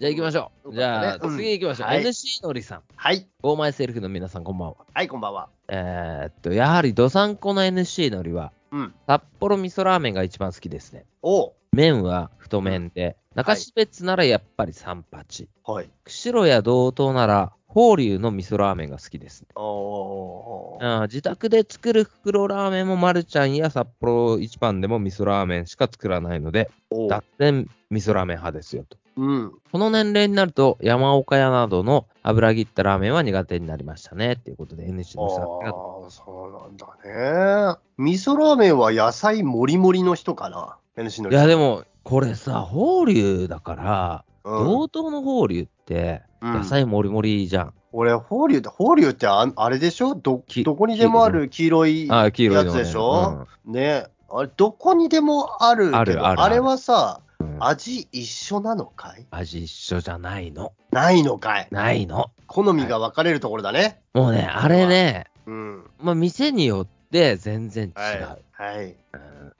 S1: じゃあ行きましょう。
S2: よ
S1: じ
S2: か
S1: ゃ
S2: っ
S1: あ
S2: たねうん
S1: 次行きましょう。
S2: はい
S1: NC のりさん、
S2: はい、
S1: オーマイセルフの皆さん、こんばんは。
S2: はい、こんばんは。
S1: えーっと、やはりどさんこの NC のりは、
S2: うん。
S1: 札幌味噌ラーメンが一番好きですね。
S2: おう
S1: 麺は太麺で、中標津ならやっぱり三八、
S2: はい。
S1: 釧路や道東なら法隆の味噌ラーメンが好きです、ね。
S2: おー
S1: あー自宅で作る袋ラーメンもマルちゃんや札幌一番でも味噌ラーメンしか作らないので、
S2: おー
S1: 脱線味噌ラーメン派ですよと。
S2: うん。
S1: この年齢になると山岡屋などの油切ったラーメンは苦手になりましたねっていうことで NHK
S2: ああ
S1: のさんが
S2: ー、そうなんだね。味噌ラーメンは野菜もりもりの人かな。NC の
S1: いやでもこれさ法隆だから、
S2: うん
S1: 同等の法隆って
S2: うん
S1: 野菜もりもりじゃん、
S2: 俺、法隆って、法隆ってああれでしょど
S1: き
S2: どこにでもある黄色い
S1: あー黄色いの、ね、
S2: やつでしょね。あれ、どこにでもあるけど
S1: あるある
S2: れはさ、
S1: うんうん
S2: 味一緒なのかい
S1: 味一緒じゃないの
S2: ないのかい
S1: ないの
S2: 好みが分かれるところだね。
S1: もうねあれね、
S2: うん。
S1: まあ、店によって全然違う、
S2: はい。はい。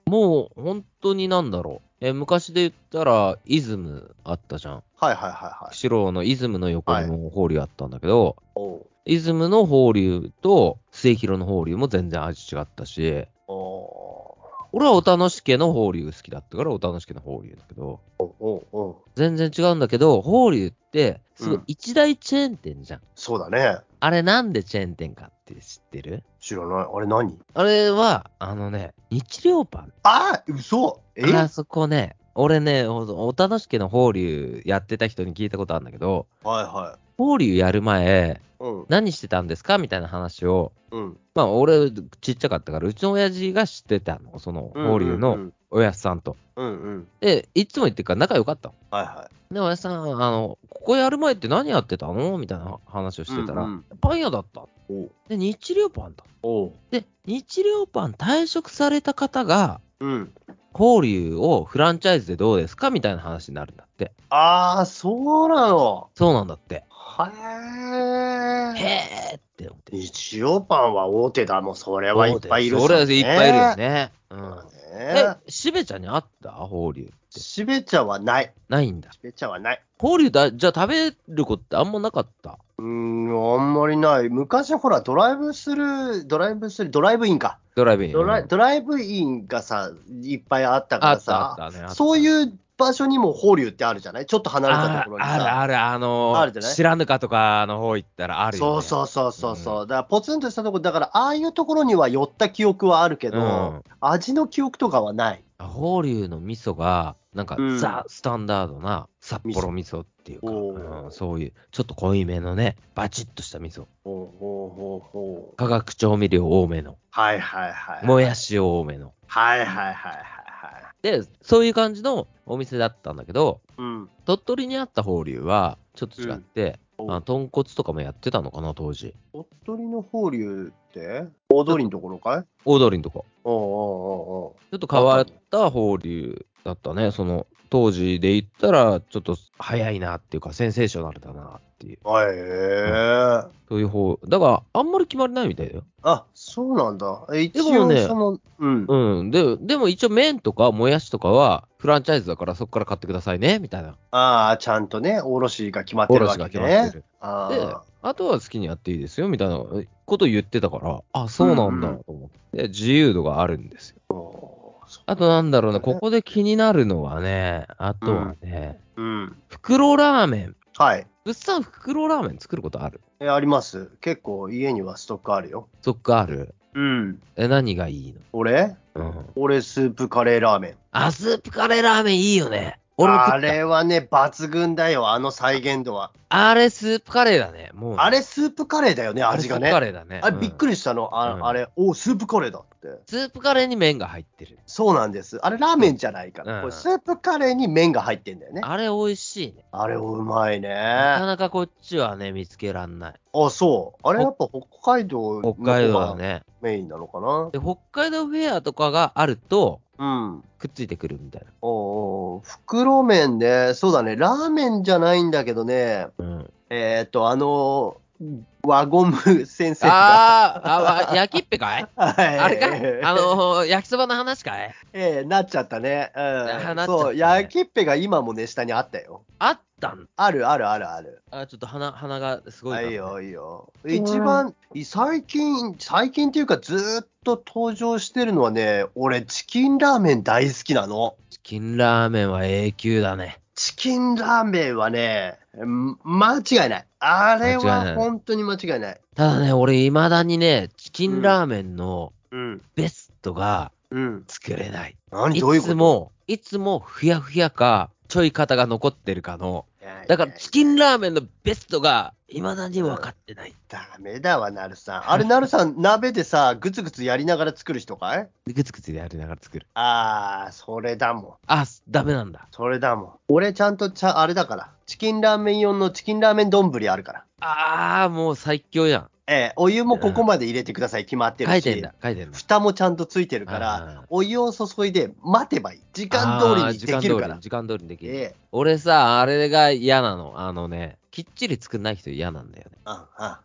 S1: もう本当になんだろうえ昔で言ったらイズムあったじゃん
S2: はいはいはいはい。
S1: 四郎のイズムの横にも法隆あったんだけど、
S2: おう
S1: イズムの法隆と末広の法隆も全然味違ったし、
S2: おう
S1: 俺はお楽し家の法隆好きだったからお楽し家の法隆だけど、
S2: おうおう
S1: 全然違うんだけど、法隆ってすごい
S2: うん
S1: 一大チェーン店じゃん。
S2: そうだね。
S1: あれなんでチェーン店かって知ってる
S2: 知らない。あれ何
S1: あれは、あのね、日料パン。
S2: あ嘘え
S1: あそこね、俺ね、おお楽し家の法隆やってた人に聞いたことあるんだけど、
S2: はいは
S1: 法隆やる前、
S2: い。うん。
S1: 何してたんですかみたいな話を、
S2: うん。
S1: まあ俺ちっちゃかったから、うちの親父が知ってたの、その法隆の。おやすさんと。
S2: うんうん。
S1: で、いつも言ってるから仲良かったの。
S2: はいは
S1: で、おやすさん、あの、ここやる前って何やってたのみたいな話を
S2: い。
S1: してたら、
S2: うん
S1: パン屋だった。
S2: うん
S1: で、日料パンだ。
S2: おう。
S1: で、日料パン退職された方が、
S2: うん。
S1: 交流をフランチャイズでどうですかみたいな話になるんだって。
S2: ああ、そうなの。
S1: そうなんだって。
S2: は
S1: へ
S2: え。
S1: えって思って。
S2: 日曜パンは大手だもん。それはいっぱいいる
S1: そうだよそれはいっぱいいるよ
S2: ね。
S1: ね。う。
S2: そうんだ
S1: え
S2: ね、
S1: しべちゃんにあった法流って。
S2: しべちゃはない。
S1: ないんだ。
S2: しべちゃはない。
S1: 法流だ、じゃあ食べることってあんまなかった。
S2: うーん、あんまりない。昔ほら、ドライブする、ドライブする、ドライブインか。
S1: ドライブイン。
S2: ドラ
S1: う
S2: イ
S1: ん
S2: ドライブインがさ、いっぱいあった
S1: あ
S2: から
S1: ったあ
S2: さ、
S1: ったね。あった
S2: そういう場所にも法隆ってあるじゃないちょっと離れた
S1: あ
S2: ところにさ。
S1: あるある、あの
S2: あるじゃない
S1: 知らぬかとかの方行ったらあるよ、ね。
S2: そうそうそうそうそう、だからポツンとしたところ、だからああいうところには寄った記憶はあるけど、
S1: うん
S2: 味の記憶とかはない。
S1: 法隆の味噌が、なんか、
S2: うん
S1: ザ・スタンダードな札幌味噌っていうか、
S2: おー
S1: うんそういう、ちょっと濃いめのね、バチッとした味噌。
S2: ほうほうほうほう
S1: 化学調味料多めの、
S2: はいはいはい。
S1: もやし多めの。
S2: はいはいはいはいはい。
S1: で、そういう感じのお店だったんだけど、
S2: うん。
S1: 鳥取にあった法隆は、ちょっと違って、
S2: うん
S1: あ豚骨とかもやってたのかな、当時。
S2: 鳥取の法隆って、大通りのところかい
S1: 大通りのとこ。
S2: おうおうおうおう
S1: ちょっと変わった法流だったね。その当時で言ったら、ちょっと早いなっていうか、センセーショナルだなっていう、
S2: あへえ。
S1: そういう方、だからあんまり決まりないみたいだよ。
S2: あ、そうなんだ。え一
S1: でも
S2: 応
S1: ね
S2: その、うん。
S1: うん。で、でも一応麺とかもやしとかはフランチャイズだからそこから買ってくださいね、みたいな。
S2: ああ、ちゃんとね、おろしが決まって
S1: お
S2: る
S1: ろ
S2: わ
S1: し
S2: け
S1: が
S2: ね。
S1: 決まってる。
S2: あ
S1: で
S2: あ、
S1: あとは好きにやっていいですよ、みたいなこと言ってたから、あ、そうなんだと思って。で、自由度があるんですよ。
S2: おうそ
S1: あとなんだろうね、
S2: そうだ
S1: こ
S2: ね
S1: こで気になるのはね、あとはね、
S2: ううん。
S1: 袋ラーメン。
S2: はい。
S1: 物産袋ラーメン作ることある
S2: え、あります。結構家にはストックあるよ。
S1: そっかある
S2: うん。
S1: え、何がいいの
S2: 俺
S1: うん。
S2: 俺、スープカレーラーメン。
S1: あ、スープカレーラーメンいいよね。俺も食った
S2: あれはね、抜群だよ、あの再現度は。
S1: あれスープカレーだね。もう。
S2: あれ、スープカレーだよね、味が
S1: あれスープカ
S2: ね。
S1: レーだね。
S2: あれ、びっく
S1: り。
S2: りしたの、
S1: う
S2: あ
S1: ん
S2: あれ、おスープカレーだって。
S1: スープカレーに麺が入ってる。
S2: そうなんです。あれ、ラーメンじゃないか
S1: うん
S2: ら。これ、スープカレーに麺が入ってんだよね。
S1: あれ美味しいね。
S2: あれ、うまいね。
S1: なか
S2: あ、
S1: なかこっちはね、見つけらんない。
S2: そう。あれ、やっぱ北海道の
S1: 北
S2: 方
S1: 海道だ
S2: が
S1: ね。
S2: メインなのかな。
S1: で、北海道フェアとかがあると、
S2: うん。
S1: くっついてくるみたいな。
S2: おうおう袋麺ね、そうだね、ラーメンじゃないんだけどね、
S1: うん、
S2: えっ、と、あの、輪ゴム先生
S1: あ
S2: が。
S1: ー あわ、焼きっぺかい
S2: はい
S1: あれかいあのー焼きそばの話かい
S2: ええなっちゃったね。う
S1: あ
S2: ん、
S1: なっちゃったね
S2: そう、焼きっぺが今もね、下にあったよ。
S1: あったん
S2: あるあるあるある。
S1: あ、ちょっと鼻鼻がすごいな。
S2: はいいよ、いいよ。一番、最近、最近っていうか、ずーっと登場してるのはね、俺、チキンラーメン大好きなの。
S1: チキンラーメンは永久だね。
S2: チキンラーメンはね、うん間違いない。あれ
S1: 間違いな
S2: はい本当に間違いない。
S1: ただね、俺、未だにね、チキンラーメンの
S2: うん。
S1: ベストが
S2: うん。
S1: 作れない。
S2: 何
S1: い
S2: どういう
S1: つ
S2: こと
S1: も、いつも、ふやふやか、ちょい方が残ってるかの。
S2: いやいやいや
S1: だから、チキンラーメンのベストが、未だに分かってない。
S2: ダメだわ、なるさん。あれ、なるさん、鍋でさ、ぐつぐつやりながら作る人かい
S1: グツグツやりながら作る。
S2: あー、それだもん。
S1: あ、ダメなんだ。
S2: それだもん。俺、ちゃんとちゃ、あれだから。チキンラーメン用のチキンラーメン丼あるから。
S1: あー、もう最強や
S2: ええ、お湯もここまで入れてください、決まって
S1: ん。
S2: る
S1: 書
S2: し。
S1: いてんだ、書いてんだ。
S2: 蓋もちゃんとついてるから、
S1: あー、
S2: お湯を注いで待てばいい。時間通りにできるから
S1: あー。時間通りに時間通りにできる。
S2: ええ、
S1: 俺さ、あれが嫌なの。あのね、きっちり作んない人嫌なんだよね。
S2: うん、うん、うん、うん。
S1: わ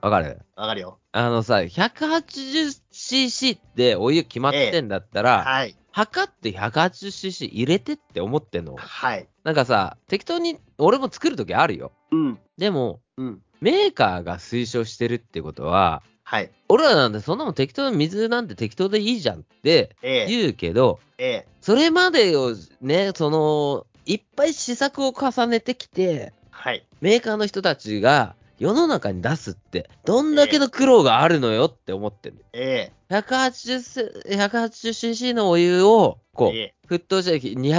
S1: かる
S2: わかるよ。
S1: あのさ、180cc ってお湯決まってんだったら、
S2: はい。
S1: 測って 180cc 入れてって思ってんの。
S2: はい。
S1: なんかさ、適当に俺も作るときあるよ。
S2: うん、
S1: でも、
S2: うん。
S1: メーカーが推奨してるってことは、
S2: はい。
S1: 俺らなんてそんなもん適当に水なんて適当でいいじゃんって
S2: ええ、
S1: 言うけど、
S2: ええ、
S1: それまでをね、その、いっぱい試作を重ねてきて、
S2: はい。
S1: メーカーの人たちが世の中に出すって、どんだけの苦労があるのよって思ってる。
S2: え
S1: 180cc 180cc のお湯を、
S2: え、
S1: こ
S2: え
S1: う、
S2: え、
S1: 沸騰して、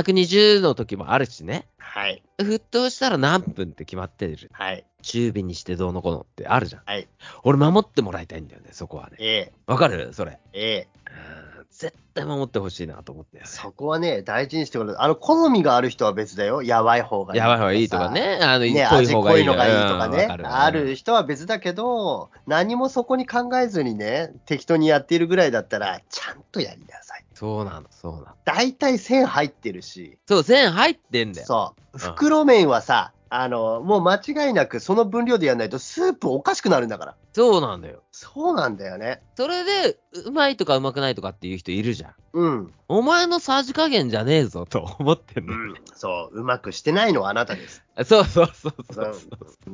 S1: 220の時もあるしね。
S2: はい。
S1: 沸騰したら何分って決まってる。
S2: はい。
S1: 中火にしてどうのこうのってあるじゃん。
S2: はい。
S1: 俺守ってもらいたいんだよね、そこはね。
S2: ええ、
S1: わかるそれ。
S2: ええ。
S1: うん絶対守ってほしいなと思って、ね。
S2: そこはね、大事にしてもらう。あの、好みがある人は別だよ。やばい方がいい。
S1: やばい方がいいとか。ね。あの、
S2: ね、
S1: 濃い方
S2: 味濃
S1: がい
S2: い
S1: い
S2: のがいいとか
S1: うんわ
S2: ね、
S1: る
S2: ある人は別だけど、何もそこに考えずにね、適当にやっているぐらいだったら、ちゃんとやりなさい。
S1: そうなの、そうなの。
S2: 大体線入ってるし、
S1: そう、線入ってんだよ。
S2: そう、
S1: ん
S2: 袋麺はさ、あの、もう間違いなくその分量でやらないとスープおかしくなるんだから。
S1: そうなんだよ。
S2: そうなんだよね。
S1: それで、うまいとかうまくないとかっていう人いるじゃん。
S2: うん。
S1: お前のサージ加減じゃねえぞと 思ってん
S2: う
S1: の。
S2: ん、そう、うまくしてないのはあなたです。
S1: そうそうそう
S2: そ
S1: そう
S2: う。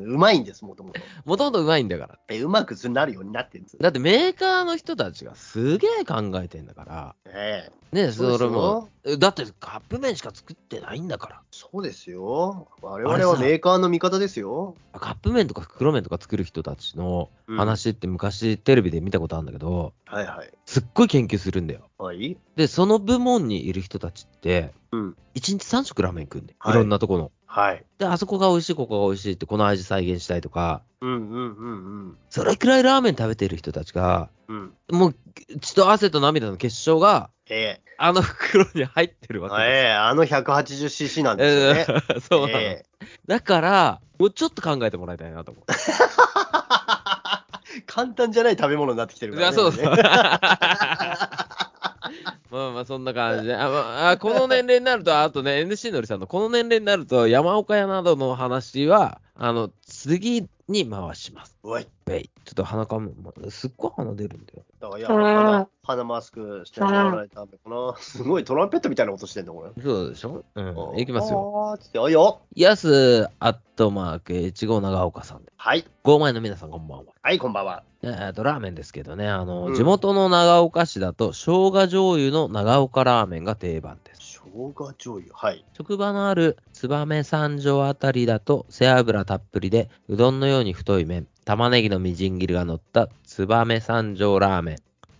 S2: うまいんです、もともと。
S1: もともとうまいんだから。
S2: えうまくすなるようになってるんです。
S1: だってメーカーの人たちがすげえ考えてんだから。
S2: ええ
S1: ね
S2: そ
S1: そ
S2: うです
S1: れ
S2: よ
S1: も。だってカップ麺しか作ってないんだから。
S2: そうですよ。我
S1: あれ
S2: 々
S1: さ
S2: はメーカーの味方ですよ。
S1: カップ麺とか袋麺とか作る人たちの
S2: うん
S1: 話って昔テレビで見たことあるんだけど、
S2: はいはい。
S1: すっごい研究するんだよ。
S2: はい。
S1: で、その部門にいる人たちって、
S2: うん
S1: 1日3食ラーメン食うんだよ。
S2: はい
S1: いろんなとこの。
S2: はい。
S1: で、あそこが美味しい、ここが美味しいって、この味再現したいとか、
S2: うんうんうんうん。
S1: それくらいラーメン食べてる人たちが、
S2: うん。
S1: もう血と汗と涙の結晶が、
S2: え
S1: あの袋に入ってる
S2: え
S1: わけ
S2: ええあの 180cc なんです
S1: え
S2: よね。
S1: ー そうなの、
S2: え
S1: だから、もうちょっと考えてもらいたいなと思う。
S2: え簡単じゃない食べ物になってきてる
S1: い
S2: から
S1: や
S2: ね。
S1: そうそう。
S2: 今ね
S1: まあまあ、そんな感じで。あまああこの年齢になると、あとね、NC のりさんのこの年齢になると、山岡屋などの話は、あの、次に回します。
S2: おい。
S1: べい。ちょっと鼻かむ。すっごい鼻出るんだよ。
S2: だからいや鼻鼻マスクしてもらわないとダメかな。すごいトランペットみたいな音してんだ、これ。
S1: そうでしょうん。いきますよ。
S2: あー。つって、あいよ。
S1: やす、アットマーク、越後長岡さんで。
S2: はい。
S1: 5枚の皆さん、こんばんは。
S2: はい、こんばんは。
S1: えー、とラーメンですけどねあの、
S2: うん
S1: 地元の長岡市だと生姜醤油の長岡ラーメンが定番です
S2: 生姜醤油。はい。
S1: 職場のある燕三条あたりだと背脂たっぷりでうどんのように太い麺玉ねぎのみじん切りが乗った燕三条ラーメン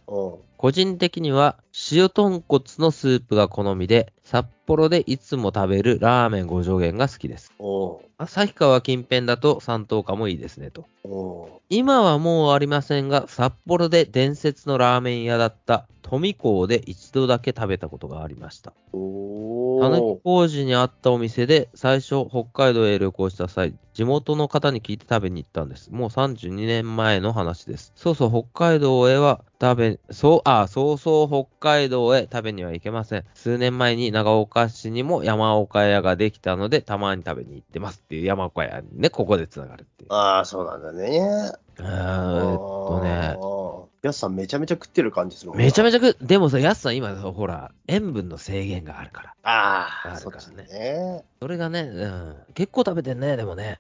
S2: うん。
S1: 個人的には塩豚骨のスープが好みで札幌でいつも食べるラーメン5上限が好きです
S2: お
S1: 旭川近辺だと三等価もいいですねと
S2: うん。お
S1: 今はもうありませんが、札幌で伝説のラーメン屋だった富港で一度だけ食べたことがありました。
S2: うん。お
S1: たぬ
S2: ー
S1: き工事にあったお店で、最初北海道へ旅行した際、地元の方に聞いて食べに行ったんです。もう32年前の話です。そうそう北海道へは食べ、そう、あ、そうそう北海道へ食べには行けません。数年前に長岡市にも山岡屋ができたので、たまに食べに行ってますっていう山岡屋にね、ここでつながるっていう。
S2: ああ、そうなんだね。
S1: あーえっとね。
S2: とね。やすさんめちゃめちゃ食ってる感じする
S1: めちゃめ
S2: ち
S1: ちゃ食う、でもさ、やすさん今さ、ほら、塩分の制限があるから。
S2: ゃ。あ
S1: あ
S2: あ、
S1: る
S2: そう
S1: か
S2: で
S1: ら
S2: す
S1: ね
S2: ね。
S1: それがね、うん、結構食べてんね、でもね。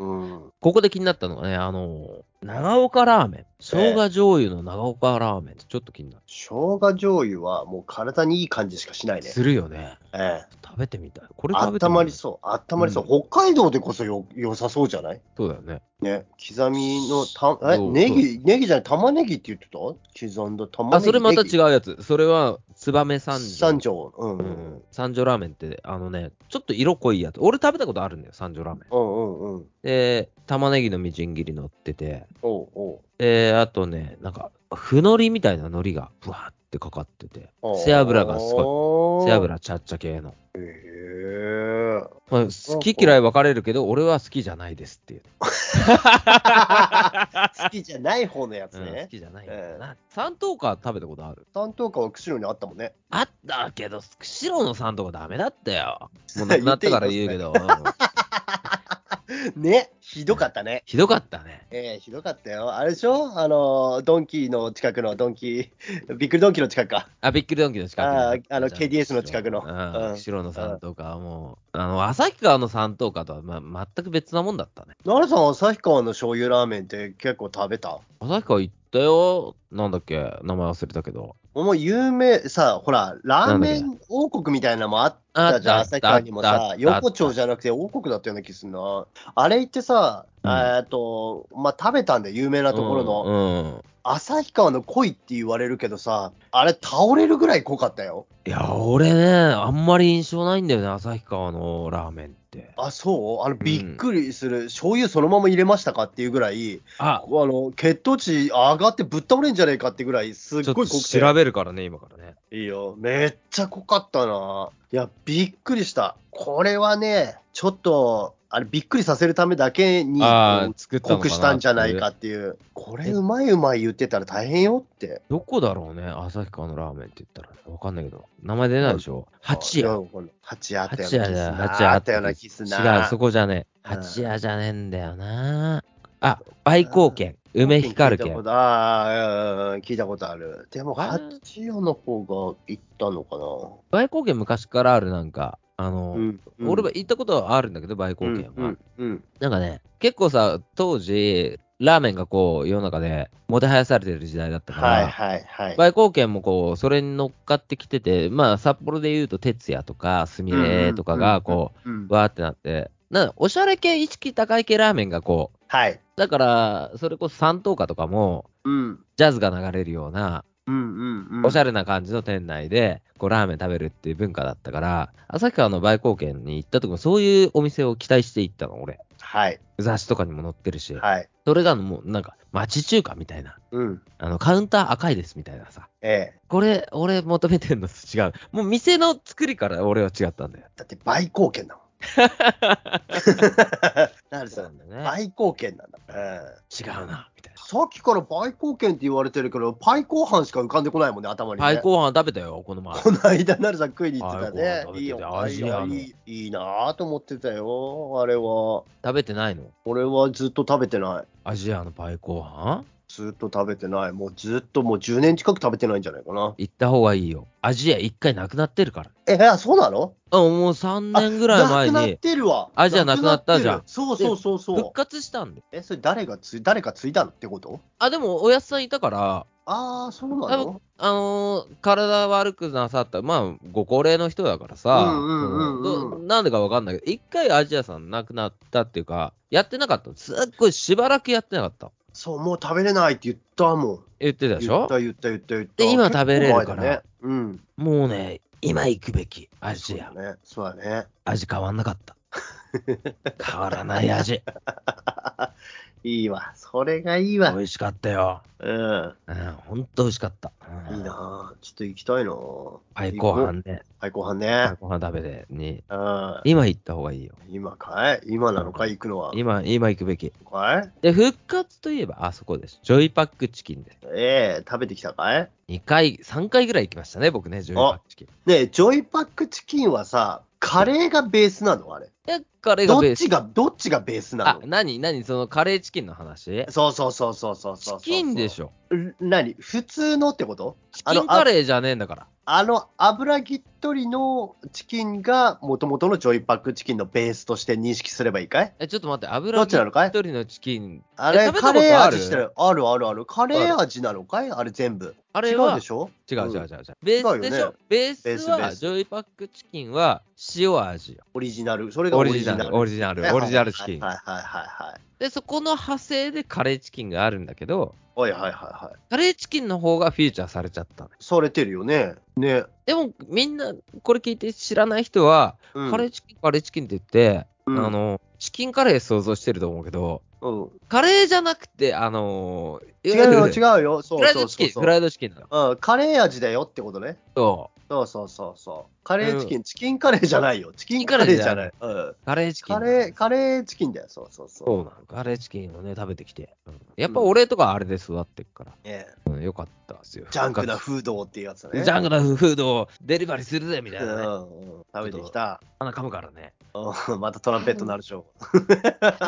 S1: うん
S2: うん。
S1: ここで気になったのがね、あの、長岡ラーメン、生生姜醤油の長岡ラーメンってちょっと気になる。
S2: 生姜醤油はもう体にいい感じしかしないね。
S1: するよね。
S2: ええ。
S1: 食べてみたい。これ
S2: あ
S1: 食
S2: っ
S1: べ
S2: た
S1: てみ
S2: まり
S1: たい
S2: そう。あったまりそう。北海道でこそよ、良さそうじゃない
S1: そうだよね。
S2: ね。刻みの、た、え、
S1: そう
S2: ネギ、ネギじゃない、玉ねぎって言ってた刻んだ玉ねぎ。
S1: あ、それまた違
S2: う。
S1: うやつ。それは、ツバメ三条。
S2: 三条。うん
S1: う
S2: う
S1: んん。三条ラーメンって、あのね、ちょっと色濃いやつ。俺食べたことあるんだよ、三条ラーメン。
S2: うんうんうん。
S1: で、玉ねぎのみじん切り乗ってて、
S2: おうおう。
S1: で、あとね、なんか、ふのりみたいな海苔が、ぶわーってかかってて、
S2: あー
S1: 背脂がす
S2: ご
S1: 背。脂ちゃっちゃ系の。
S2: へえ。
S1: まあ、好き嫌い分かれるけど、俺は好きじゃないですっていう。
S2: 好きじゃない方のやつ
S1: うん好
S2: ね。
S1: きじゃないんだな。三等価食べたことある
S2: 担当官は釧路にあったもんね。
S1: あったけど、釧路の三等価ダメだった よ。もうなくなったから言うけど、うん
S2: ね。ひどかったね。
S1: ひどかったね。
S2: ええひどかったよ。あれでしょあの、ドンキーの近くの、ドンキー、びっくりドンキーの近くか。
S1: あ、びっくりドンキーの近く
S2: あーあの KDS の近くの
S1: うん
S2: うん
S1: 釧路の三等価はもう、あの、旭川の三等価とは、ま、全く別なもんだったね。
S2: 奈良さん、旭川の醤油ラーメンって結構食べた
S1: 旭川行ったよ。なんだっけ名前忘れたけど。
S2: もう有名、さ、ほら、ラーメ
S1: なん
S2: ン王国みたいなのもあっ
S1: あった
S2: たじゃん、
S1: あった
S2: 旭川にも
S1: あったあ
S2: さ
S1: っ、た
S2: 横丁じゃなくて王国だったような気すんな。あれ行ってさ、
S1: うん
S2: えっと、まあ、食べたんだよ、有名なところの。
S1: うん。うん
S2: 旭川の恋って言われるけどさ、あれ倒れるぐらい濃かったよ。
S1: いや、俺ね、あんまり印象ないんだよね、旭川のラーメンって。
S2: あ、そうあの、びっくりする、醤油そのまま入れましたかっていうぐらい、
S1: あ
S2: あ、の、血糖値上がってぶっ倒れんじゃねえかってぐらい、すっ
S1: ちょっ
S2: ご
S1: と
S2: い濃くて。
S1: 調べるからね、今からね。
S2: いいよ。めっちゃ濃かったな。いや、びっくりした。これはね、ちょっと、あれ、びっくりさせるためだけに、
S1: あ
S2: こ
S1: あ、作っ
S2: う
S1: たの
S2: 濃
S1: かな
S2: くしたんじゃないか。っていう。これ、うまいうまい言ってたら大変よって。
S1: どこだろうね、旭川のラーメンって言ったら、ね。わかんないけど。名前出ないでしょ。八
S2: あいや
S1: 屋。
S2: わかんない八夜あったよ
S1: 八屋
S2: う
S1: だよ、
S2: な気
S1: 八
S2: すな。
S1: 屋
S2: あったような気すな。
S1: 違う、そこじゃねえ。八屋じゃねえんだよな。あ、梅光軒、梅光
S2: 聞いたこ
S1: 軒。
S2: とああ、うん聞いたことある。でも、
S1: わあ
S2: 八夜の方が行ったのか
S1: 梅光軒昔からある、なんか、あ
S2: な。
S1: の、
S2: うん
S1: 俺は行ったことはあるんだけど、梅光軒は。
S2: うんうんうん
S1: なんかね、結構さ、当時、ラーメンがこう、世の中で、もてはやされてる時代だったから、
S2: はいはいはい。
S1: バイ貢献もこう、それに乗っかってきてて、まあ、札幌で言うと、哲也とか、すみれとかが、こ
S2: うんうんうん
S1: う、わーってなって、なんかおしゃれ系、意識高い系ラーメンがこう、
S2: はい。
S1: だから、それこそ三等価とかも、
S2: うん。
S1: ジャズが流れるような、
S2: うんうんうん、
S1: おし
S2: ゃ
S1: ゃれな感じの店内で、こう、ラーメン食べるっていう文化だったから、旭川のバイ貢献に行った時も、そういうお店を期待して行ったの、俺。
S2: はい、
S1: 雑誌とかにも載ってるし。
S2: はい。
S1: それがもうなんか町中華みたいな。
S2: うん。
S1: あの、カウンター赤いですみたいなさ。
S2: ええ。
S1: これ、俺求めてんの違う。もう店の作りから俺は違ったんだよ。
S2: だって倍貢 献だもん。なるさ、
S1: んだね。
S2: 倍貢献なんだ。うん。
S1: 違うな、みたいな。
S2: さっきから倍貢献って言われてるけど、パイ後半しか浮かんでこないもんね、頭に、ね。
S1: パイ後半食べたよ、この前。
S2: この間、なるさん食いに行ってたね
S1: パイ。後半食べてて
S2: いいよ、
S1: 味
S2: いい
S1: あ
S2: よ
S1: る
S2: いいいいなぁと思ってたよ、あれは。
S1: 食べてないの
S2: 俺はずっと食べてない。
S1: アジアのパイ後半
S2: ずっと食べてない。もうずっともう10年近く食べてないんじゃないかな。
S1: 行った方がいいよ。アジア一回なくなってるから。
S2: え、あそうなの
S1: あもう3年ぐらい前
S2: なくなっ
S1: に
S2: てるわ。
S1: アジアなくなったじゃん
S2: くなってるそうそうそうそう。
S1: 復活したんで。
S2: え、それ誰がつ、誰かついたのってこと
S1: あ、でもおやっさんいたから、
S2: ああ、そうな
S1: 多分
S2: の
S1: あのー体悪くなさった、まあ、ご高齢の人だからさ、
S2: うんうんうんうん
S1: そのどなんでかわかんないけど、一回アジアさんなくなったっていうか、やってなかったの。すっごいしばらくやってなかったの。
S2: そう、もう食べれないって言ったもん。
S1: 言ってたでしょ
S2: 言った言った言った言った。
S1: で今食べれるから
S2: 結構前だね。うん。
S1: もうね、今行くべきアジア。
S2: ね。そうだね。
S1: 味変わんなか った。変わらない味。
S2: いいわ。それがいい
S1: 美
S2: わ。
S1: 味しかったよ。
S2: うん。
S1: うん、ほんと美味しかった。うん
S2: いいなぁちょっと行きたいなぁ
S1: パイ後半ね。
S2: はい、後半
S1: パイ
S2: ね。
S1: 後半食べてに。
S2: うん。
S1: 今行った方がいいよ。
S2: 今かい今なのかい行くのは。今
S1: 今、今行くべき。
S2: かい
S1: で、復活といえばあそこです。ジョイパックチキンです。
S2: ええ食べてきたかい
S1: 2回、3回ぐらい行きましたね、僕ね、ジョイパックチキン。
S2: ねえ、ジョイパックチキンはさ、カレーがベースなのあれ。
S1: で、カレー
S2: ど
S1: がベ
S2: っ
S1: ース。
S2: ちが、どっちがベースな
S1: あ、
S2: の
S1: なになにそのカレーチキンの話
S2: そうそうそうそうそうそうそう。
S1: チキンでしょ。
S2: 何普通のってこと
S1: チキンカレーじゃねえんだから。
S2: あの油ぎっとりのチキンが、もともとのジョイパックチキンのベースとして認識すればいいかい
S1: え、ちょっと待って、油
S2: どっちな
S1: 一
S2: のかい
S1: 人のチキン。
S2: あれ、
S1: 食べたこ
S2: カ
S1: と
S2: レー
S1: ある
S2: 味してる。あるあるある。カレー味なのかいあれ全部。
S1: あ
S2: 違
S1: れ
S2: う
S1: は
S2: でしょ
S1: 違う違う違う違
S2: うん
S1: う。ベースで
S2: 違う
S1: し
S2: よ
S1: ょ
S2: ね
S1: ベース
S2: ベー
S1: は
S2: スベース
S1: ジョイパックチキンは塩味よ。
S2: オリジナル。それが
S1: オ
S2: オ
S1: リ
S2: リ
S1: ジ
S2: ジナ
S1: ナ
S2: ル。
S1: ル、オリジナル、
S2: ね
S1: オリジナルチキン
S2: は。いはいはい
S1: で、そこの派生でカレーチキンがあるんだけど、
S2: はい。はいはいはいはい。
S1: カレーチキンの方がフィーチャーされちゃったのよ
S2: されてるよね。ね。
S1: でも、みんな、これ聞いて知らない人は、
S2: うん
S1: カレーチキン、カレーチキンって言って、
S2: うん
S1: あの、チキンカレー想像してると思うけど、
S2: うん。
S1: カレーじゃなくて、あのー、い
S2: 違
S1: わゆ
S2: う
S1: る
S2: よ、違うよ。そ
S1: フ
S2: う
S1: ライ
S2: そ
S1: ド
S2: う
S1: チ
S2: そ
S1: キ
S2: う
S1: ン、
S2: そう
S1: フライドチキンなの。
S2: うん、カレー味だよってことね。
S1: そう
S2: そうそうそうそう。カレーチキン、チキンカレーじゃないよ。チキンカレーじゃない。うん、
S1: カレーチキン
S2: カ
S1: なの。
S2: レー、カレーチキンだよ。そうそうそう。
S1: そうなの。カレーチキンをね、食べてきて。うんやっぱ俺とかあれで育ってっから、
S2: ね
S1: うん、よかったですよ。
S2: ジャンクなフードっていうやつだね。
S1: ジャン
S2: ク
S1: クなフードをデリバリーするぜみたいなね。
S2: うんうん、食べてきた。
S1: 鼻噛むからね。
S2: うん またトランペットなるでしょ。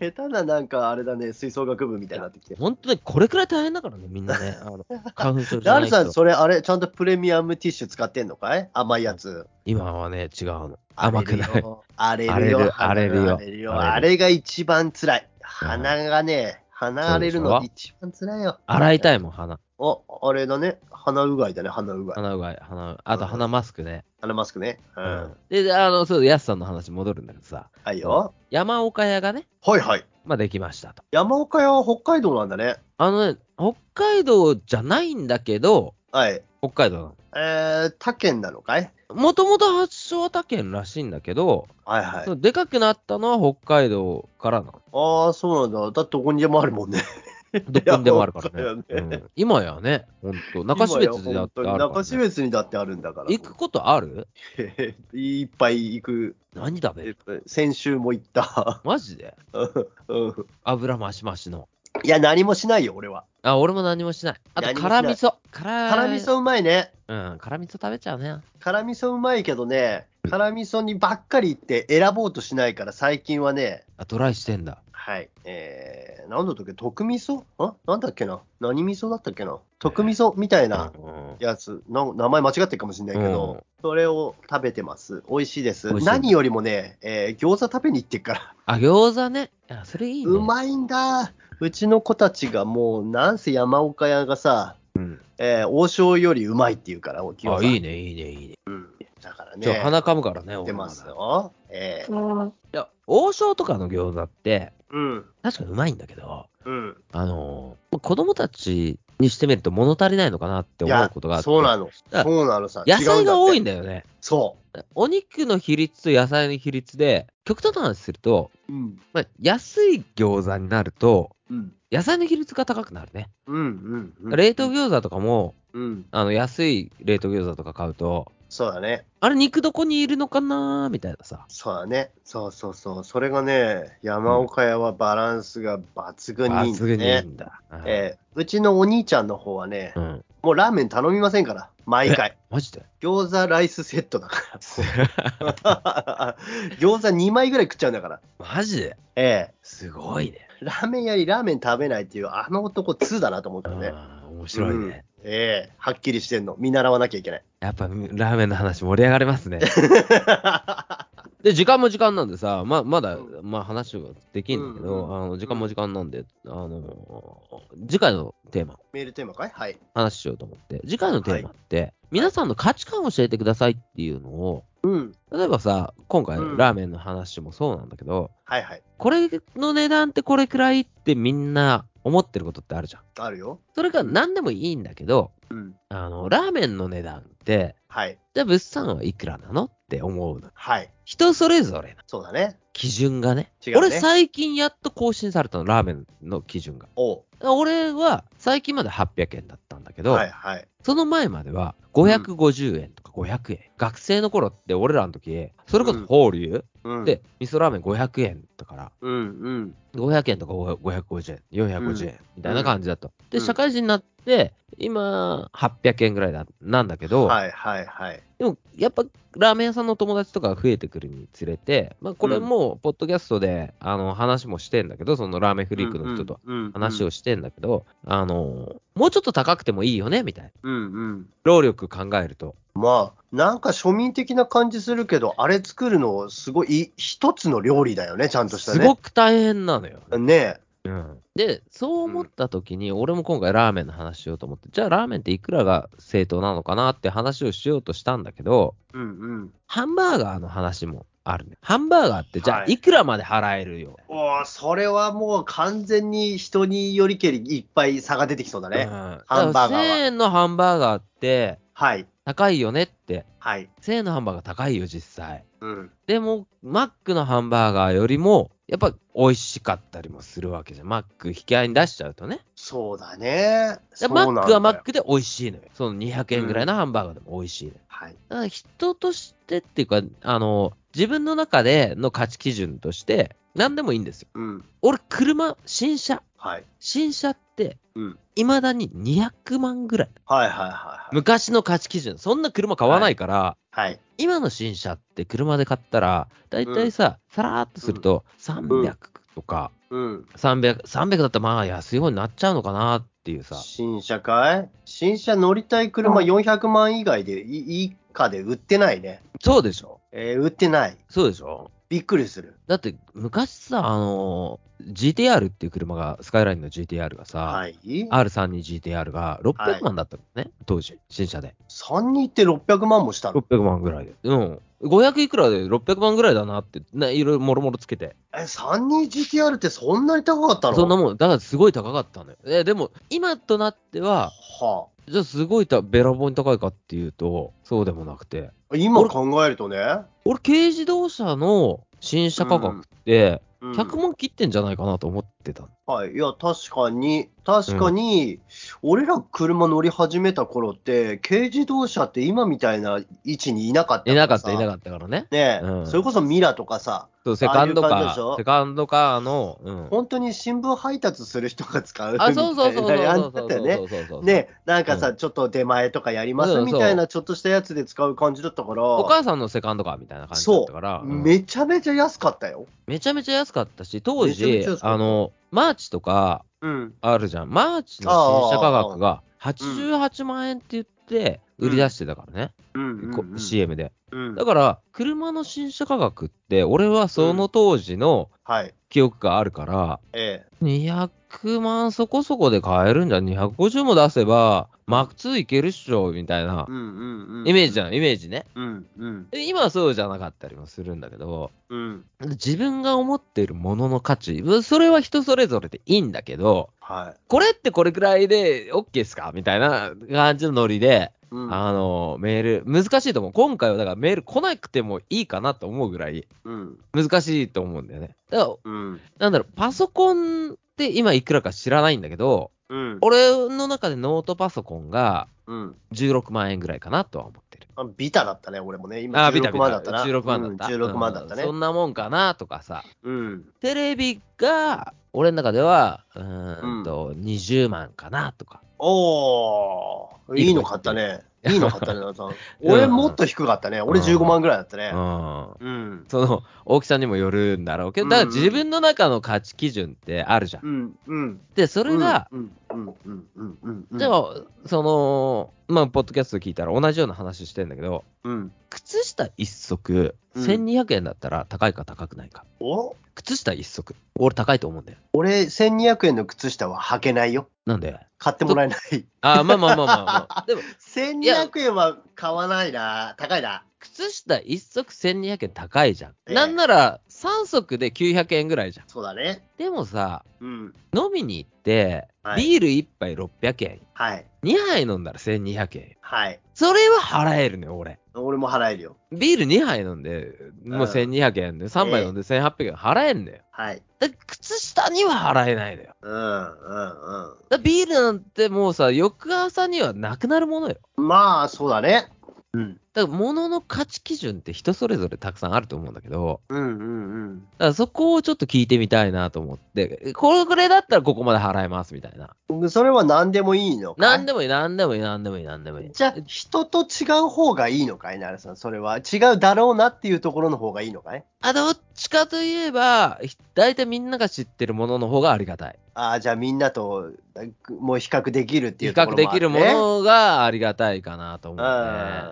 S2: 下手ななんかあれだね、吹奏楽部みたいになってきて。
S1: 本当にこれくらい大変だからね、みんな ね。あの花粉症じゃ
S2: ダ
S1: ない
S2: ルさん、
S1: 人。
S2: それあれ、ちゃんとプレミアムティッシュ使ってんのかい甘いやつ。
S1: 今はね、違うの。甘くない。
S2: 荒れるよ。
S1: 荒れるよ
S2: 荒れるよ。
S1: 荒れる
S2: あれが一番辛い。鼻がね、鼻荒れるの一番辛いよ。
S1: 洗いたいもん、鼻。
S2: お、あれだね。鼻うがいだね、鼻うがい。
S1: 鼻うがい、鼻うあと鼻マスクね。
S2: 鼻マスクね。うん。
S1: うんで、であの、そう、ヤスさんの話戻るんだけどさ、
S2: はいよ。
S1: 山岡屋がね、
S2: はいはい。
S1: まあ、できましたと。
S2: 山岡屋は北海道なんだね。
S1: あのね、北海道じゃないんだけど、
S2: はい。
S1: 北海道なの。
S2: えー、他県なのかい
S1: もともと発祥は他県らしいんだけど、
S2: はいはい
S1: そ。のでかくなったのは北海道から なの。
S2: ああ、そうなんだ。だってどこにでもあるもんね。
S1: どこにでもあるから
S2: いや
S1: ね
S2: 本。当
S1: う
S2: だよね
S1: ん、今やね、本当中標津で
S2: 今
S1: や
S2: や
S1: っ
S2: 本
S1: て
S2: 当
S1: あ
S2: に
S1: るから、ね。
S2: 中標津にだってあるんだから。
S1: 行くことある
S2: いっぱい行く。
S1: 何食べる
S2: 先週も行った。
S1: マジで
S2: うん
S1: 油マシマシの。
S2: いや、何もしないよ、俺は。
S1: あ、俺も何もしない。あと、
S2: 何もしない
S1: 辛味噌。辛
S2: 辛味噌うまいね。
S1: うん、辛味噌食べちゃうね。
S2: 辛味噌うまいけどね、辛味噌にばっかり行って選ぼうとしないから、最近はね、
S1: あ、トライしてんだ。
S2: はい。えー、なんだったっけ、特味噌あなんだっけな何味噌だったっけな特味噌みたいな
S1: うん
S2: やつ、な名前間違ってるかもしれないけど、それを食べてます。美味しいです。
S1: 美味しい
S2: 何よりもね、えー餃子食べに行ってっから。
S1: あ、餃子ね。あ、それいいね。
S2: うまいんだ。うちの子たちがもう、なんせ山岡屋がさ、
S1: うん
S2: えー王将よりうまいって言うから、餃子。
S1: あ、いいね、いいね、いいね。
S2: うん。だから
S1: じゃ
S2: ね、
S1: あ、鼻かむからね、
S2: 出ます
S1: 俺まだ
S2: よ。えー、
S1: いや、王将とかの餃子って、
S2: うん。
S1: 確かにうまいんだけど、
S2: うん。
S1: あのー子供たちにしてみると物足りないのかなって
S2: い
S1: 思
S2: や
S1: うことがあって。
S2: そうなの。
S1: だから
S2: そうなのさ。
S1: 野菜が多い
S2: 違うんだって
S1: んだよね。
S2: そ
S1: お肉の比率と野菜の比率で、極端な話すると、
S2: う。うん。
S1: まあ、安い餃子になると、
S2: うん。
S1: 野菜の比率が高くなるね。
S2: うん。うん。
S1: 冷凍餃子とかも、
S2: うん。
S1: あの安い冷凍餃子とか買うと、
S2: そうだね。
S1: あれ肉どこにいるのかなーみたいなさ。
S2: そうだね。そうそうそう。それがね、山岡屋はバランスが抜群にいいん
S1: 抜群
S2: だ
S1: にいい
S2: ね。
S1: んだ。うん
S2: えーうちのお兄ちゃんの方はね、
S1: うん。
S2: もうラーメン頼みませんから、毎回。
S1: マジ で
S2: 餃子ライスセットだから。 餃子2枚ぐらい食っちゃうんだから。
S1: マジで
S2: ええ
S1: すごいね。
S2: ラーメン屋にラーメン食べないっていう、あの男2だなと思った
S1: う
S2: ら
S1: ん
S2: ね。
S1: 面白いね。
S2: うんええはっきりしてんの。見習わなきゃいけない。
S1: やっぱラーメンの話盛り上がりますね。 で、時間も時間なんでさ、ままだ、
S2: う
S1: まあ、話ができんだけど、
S2: うんう
S1: あの時間も時間なんで、あの次回のテーマ、
S2: メールテーマかいはい。
S1: 話しようと思って、次回のテーマって、皆さんの価値観を教えてくださいっていうのを、
S2: うん。
S1: 例えばさ、今回、
S2: うん
S1: ラーメンの話もそうなんだけど、
S2: はいはい。
S1: これの値段ってこれくらいってみんな思ってることってあるじゃん。
S2: あるよ。
S1: それが何でもいいんだけど、
S2: うん。
S1: あの、ラーメンの値段って、
S2: はい。
S1: じゃあ物産はいくらなのって思うの。
S2: はい。
S1: 人それぞれな
S2: そうだね。
S1: 基準がね
S2: 違うね
S1: 俺最近やっと更新されたの、ラーメンの基準が。
S2: おう。
S1: 俺は最近まで800円だったんだけど、
S2: はいはい。
S1: その前までは550円とか500円学生の頃って俺らの時、それこそ法隆
S2: うん、
S1: で、味噌ラーメン500円だから、
S2: うんうん
S1: 500円とか550円、450円みたいな感じだと。
S2: うん
S1: で、社会人になって、今、800円ぐらいだなんだけど、
S2: はいはいはい
S1: でもやっぱラーメン屋さんの友達とかが増えてくるにつれて、まあ、これもポッドキャストで、あの話もしてんだけど、そのラーメンフリークの人と
S2: うんうんうん
S1: 話をしてんだけど、あのもうちょっと高くてもいいよねみたいな。
S2: うんうん
S1: 労力考えると。
S2: まあなんか庶民的な感じするけどあれ作るのすごいい一つの料理だよねちゃんとした
S1: す
S2: ね
S1: ごく大変なのよ。
S2: ね
S1: うん、で、そう思った時に、俺も今回ラーメンの話しようと思って、じゃあラーメンっていくらが正当なのかなって話をしようとしたんだけど、
S2: うんうん
S1: ハンバーガーの話もあるね。ハンバーガーってじゃあ
S2: はい
S1: いくらまで払えるよ。
S2: おーそれはもう完全に人によりけりいっぱい差が出てきそうだね、
S1: うん、
S2: ハンバーガーは
S1: 1000円のハンバーガーって
S2: はい
S1: 高いよねって。
S2: はい
S1: 1000円のハンバーガー高いよ、実際。
S2: うん
S1: でも、マックのハンバーガーよりも、やっぱ美味しかったりもするわけじゃん。マック引き合いに出しちゃうとね。
S2: そうだね
S1: で
S2: そうな
S1: マ
S2: んだよ
S1: ックはマックで美味しいのよ。その200円ぐらいのハンバーガーでも美味しいのよ。
S2: はい
S1: だから人としてっていうか、あの、自分の中での価値基準として、何でもいいんですよ。
S2: うん
S1: 俺、車、新車、
S2: はい
S1: 新車って、
S2: うん
S1: 未だに200万ぐらい。
S2: はいはいはいはい
S1: 昔の価値基準。そんな車買わないから、
S2: はい
S1: 今の新車って車で買ったら、だいたいさ、さらーっとすると、300とか、
S2: うん
S1: 300、300だったらまあ安い方になっちゃうのかなっていうさ。
S2: 新車かい新車乗りたい車400万以外でい以下で売ってないね、
S1: そうでしょ
S2: えー売ってない
S1: そうでしょ
S2: びっくりする
S1: だって昔さ、あのー GTR っていう車が、スカイラインの GTR がさ、
S2: はい
S1: R32GTR が600万だったのね、当時、新車で。
S2: 3人って600万もしたの
S1: 600万ぐらいで。うん。500いくらで600万ぐらいだなって、ね、いろいろもろもろつけて。
S2: え3人 GTR ってそんなに高かったの
S1: そんなもん、だからすごい高かったのよ。えでも、今となっては、
S2: は
S1: じゃあすごいたべらぼうに高いかっていうと、そうでもなくて。
S2: あ、今考えるとね、
S1: 俺、軽自動車の新車価格って、
S2: うん
S1: 100万切ってんじゃないかなと思ってた。
S2: はい、いや、確かに、確かに、俺ら車乗り始めた頃って、軽自動車って今みたいな位置にいなかった
S1: いなかった、
S2: さ
S1: いなかったからね。
S2: ねえ、
S1: うん
S2: それこそミラとかさ、
S1: そう、セカンドカ
S2: ああいう感じでしょ
S1: ー、セカンドカーの、うん。
S2: 本当に新聞配達する人が使うみた
S1: あ、
S2: いな
S1: そうそうそうそう
S2: や
S1: そう
S2: つだ
S1: そ
S2: っ
S1: うそ
S2: たよ
S1: う
S2: ね。
S1: そうそう。
S2: ねえなんかさ、
S1: う
S2: ちょっと出前とかやりま
S1: そう
S2: す
S1: そう
S2: みたいな、ちょっとしたやつで使う感じだったから、
S1: お母さんのセカンドカーみたいな感じだったから、うんめ
S2: めちゃめちゃ安かったよ。
S1: ちゃめちゃ安かったし、当
S2: めちゃめ
S1: 時
S2: ちゃ安か、った
S1: あの、マーチとか
S2: うん。
S1: あるじゃん。マーチの新車価格が88万円って言って売り出してたからね、
S2: うんうん
S1: こ
S2: うん
S1: CM で。
S2: うん
S1: だから、車の新車価格って、俺はその当時の
S2: はい。
S1: 記憶があるから、
S2: ええ。
S1: 200万そこそこで買えるんじゃん。250も出せば、マック2いけるっしょ、みたいな
S2: うんうんうん。
S1: イメージじ
S2: ゃん。
S1: ゃん、イメージね。
S2: うんうん
S1: で今はそうじゃなかったりもするんだけど、
S2: うん。
S1: 自分が思っているものの価値、うんそれは人それぞれでいいんだけど、
S2: はい。
S1: これってこれくらいで OK ですかみたいな感じのノリで、
S2: うん
S1: あの、メール、難しいと思う。今回はだからメール来なくてもいいかなと思うぐらい
S2: うん
S1: 難しいと思うんだよね。だか
S2: うん
S1: ら、なんだろう、パソコンって今いくらか知らないんだけど、
S2: うん
S1: 俺の中でノートパソコンが
S2: うん
S1: 16万円ぐらいかなとは思ってる。
S2: あビタだったね、俺もね。今
S1: あー、ビタ
S2: 16
S1: ビタ
S2: 万だったな。
S1: 16万だった。
S2: うん16万だったね
S1: うんそ。んなもんかなとかさ。
S2: うん。
S1: テレビが、俺の中では、うーんと、20万かなとか。
S2: おー、いいの買ったね。いいの買ったね、奈良さん。俺もっと低かったね。俺
S1: うん
S2: 15万ぐらいだったね
S1: う。ん。
S2: うん。
S1: その、大きさにもよるんだろうけ
S2: う
S1: ど、
S2: ん
S1: だから自分の中の価値基準ってあるじゃん。
S2: うん。うん。
S1: で、それが、
S2: うん、うん、うん、うん、うん。うん
S1: で、も、その、まあ、ポッドキャスト聞いたら同じような話してんだけど、
S2: うん。
S1: 靴下一足、
S2: うん
S1: 1200円だったら高いか高くないか。
S2: お
S1: 靴下一足、俺高いと思うんだよ。
S2: 俺、1200円の靴下は履けないよ。
S1: なんで
S2: 買ってもらえ ない。
S1: あーまあまあまあまあ、ま あ、でも、
S2: 1200円は買わないな。高いな。
S1: 靴下一足1200円高いじゃん。
S2: ええ
S1: なんなら、3足で900円ぐらいじゃん。
S2: そうだね。
S1: でもさ、
S2: うん。
S1: 飲みに行って、
S2: はい
S1: ビール1杯600円、
S2: はい。
S1: 2杯飲んだら1200円。
S2: はい。
S1: それは払えるね、俺。
S2: 俺も払えるよ。
S1: ビール2杯飲んで、
S2: うん
S1: もう1200円で、3杯飲んで1800円払えんだよ。
S2: はい。
S1: だから靴下には払えないのよ。だか
S2: うん、うん、うん。
S1: らビールなんてもうさ、翌朝にはなくなるものよ。
S2: まあ、そうだね。うん。
S1: だから物の価値基準って人それぞれたくさんあると思うんだけど、
S2: うんうんうん。
S1: だからそこをちょっと聞いてみたいなと思って、これだったらここまで払いますみたいな。
S2: 僕それは何でもいいのかい
S1: 何でもいい、何でもいい、何でもいい、何でもいい。
S2: じゃあ、人と違う方がいいのかい、なるさん。それは。違うだろうなっていうところの方がいいのかい
S1: あ、どっちかといえば、ひ大体みんなが知ってるものの方がありがたい。
S2: ああ、じゃあみんなと、もう比較できるってい
S1: 比
S2: うとこ
S1: 較
S2: ろ
S1: で
S2: もあ
S1: き
S2: る、
S1: る
S2: ね。
S1: ものがありがたいかなと思うね。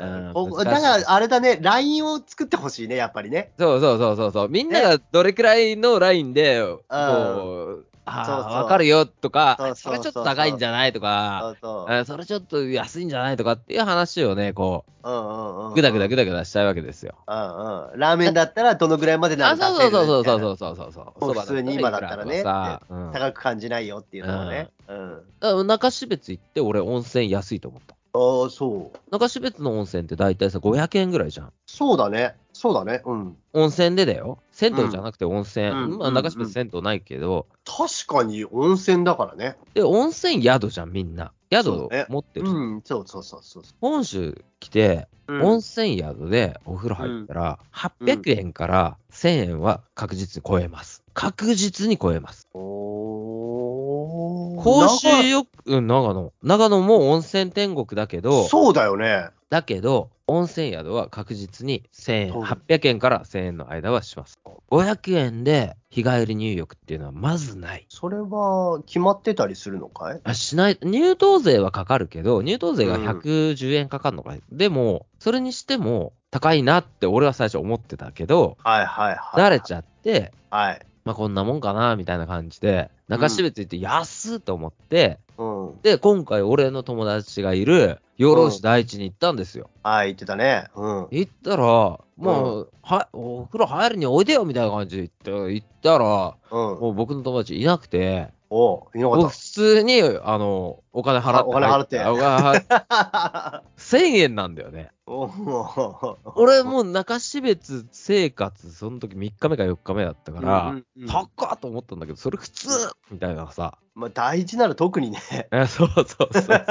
S2: うん
S1: うん
S2: こ
S1: 難しい
S2: だから、あれだね、LINE を作ってほしいね、やっぱりね。
S1: そうそうそうそうそう。みんながどれくらいのラインで、こう、
S2: そうそ
S1: あ
S2: う
S1: あ、わかるよとか
S2: そう、
S1: そ
S2: そう
S1: れちょっと高いんじゃないと
S2: そ
S1: か、
S2: うそ
S1: あそれちょっと安いんじゃないとかっていう話をね、こ
S2: う。うんうんうん。
S1: う、ぐだぐだぐだぐだしたいわけですよ。
S2: うんうん。ラーメンだったらどのぐらいまでな
S1: あ、
S2: んだ。
S1: そうそうそうそうそううそうそうそう。
S2: もう
S1: そば
S2: 普通に今だったらね
S1: いくらとかさうんだか
S2: 高く感じないよっていうのはね。うん。
S1: ら中標津行って、俺温泉安いと思った。
S2: ああ、そう。
S1: 中標津の温泉って大体さ、500円ぐらいじゃん。
S2: そうだね。そうだね。うん。
S1: 温泉でだよ。銭湯じゃなくて温泉。
S2: うん
S1: まあ、
S2: うん
S1: 中標津銭湯ないけど、
S2: 確かに温泉だからね。
S1: で、温泉宿じゃん、みんな。宿を持ってる人
S2: うん、そうそうそうそう。
S1: 本州来て、
S2: うん
S1: 温泉宿でお風呂入ったら、800円から1000円は確実に超えます。確実に超えます。
S2: おー
S1: 公衆浴、うん、長野。長野も温泉天国だけ
S2: 長い
S1: ど、
S2: そうだよね。
S1: だけど、温泉宿は確実に1000円、
S2: そう
S1: 800円から1000円の間はします。500円で日帰り入浴っていうのはまずない。
S2: それは決まってたりするのかい
S1: あしない、入湯税はかかるけど、入湯税が
S2: うん
S1: 110円かかるのか、でも、それにしても高いなって俺は最初思ってたけど、
S2: はいはいはい。
S1: 慣れちゃって、
S2: はい。
S1: まあこんなもんかな、みたいな感じで、中標津行って安っと思って、
S2: うん。
S1: で、今回俺の友達がいる養老市第一に行ったんですよ。
S2: はい、言ってたね。うん。
S1: 行ったら、もう、はお風呂入るにおいでよみたいな感じで言って行ったら、
S2: うん。
S1: もう僕の友達いなくて、
S2: おう、いなか
S1: 僕
S2: っ
S1: 普通に、あの、お金払って
S2: あお金払って
S1: お金払って
S2: た。
S1: 1000円なんだよ ね。
S2: おう
S1: 俺もう中標津生活、その時3日目か4日目だったか
S2: う
S1: ら、
S2: んうんうん
S1: 高っと思ったんだけど、それ普通みたいなさ。
S2: まあ、大事なら特にね。
S1: えそうそうそうそうそう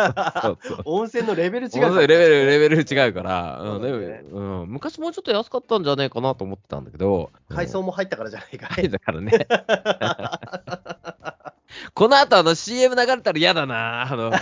S1: そう。
S2: 温泉のレベル 違
S1: 違う
S2: うから
S1: レベル、レベル違うから、うん
S2: そうだね
S1: でもうん昔もうちょっと安かったんじゃねえかなと思ってたんだけど、
S2: 海藻も入ったからじゃないか。
S1: はいい、だからね。この後あの CM 流れたら嫌だなあの。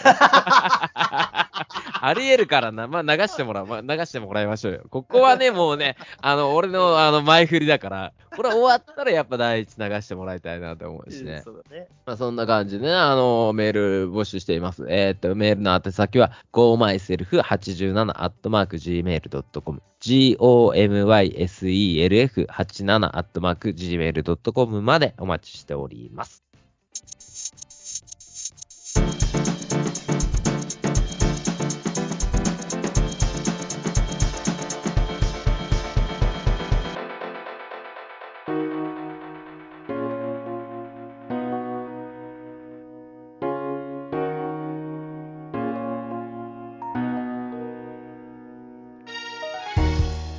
S1: ありえるからな。まあ流してもらう、まあ、流してもらいましょうよ。ここはね、もうね、あの、俺のあの前振りだから、これ終わったらやっぱ第一流してもらいたいなと思うしね。
S2: そうだね。
S1: まあそんな感じでね、あの、メール募集しています。えーっと、メールの宛先は gomyself87-gmail.com gomyself87-gmail.com までお待ちしております。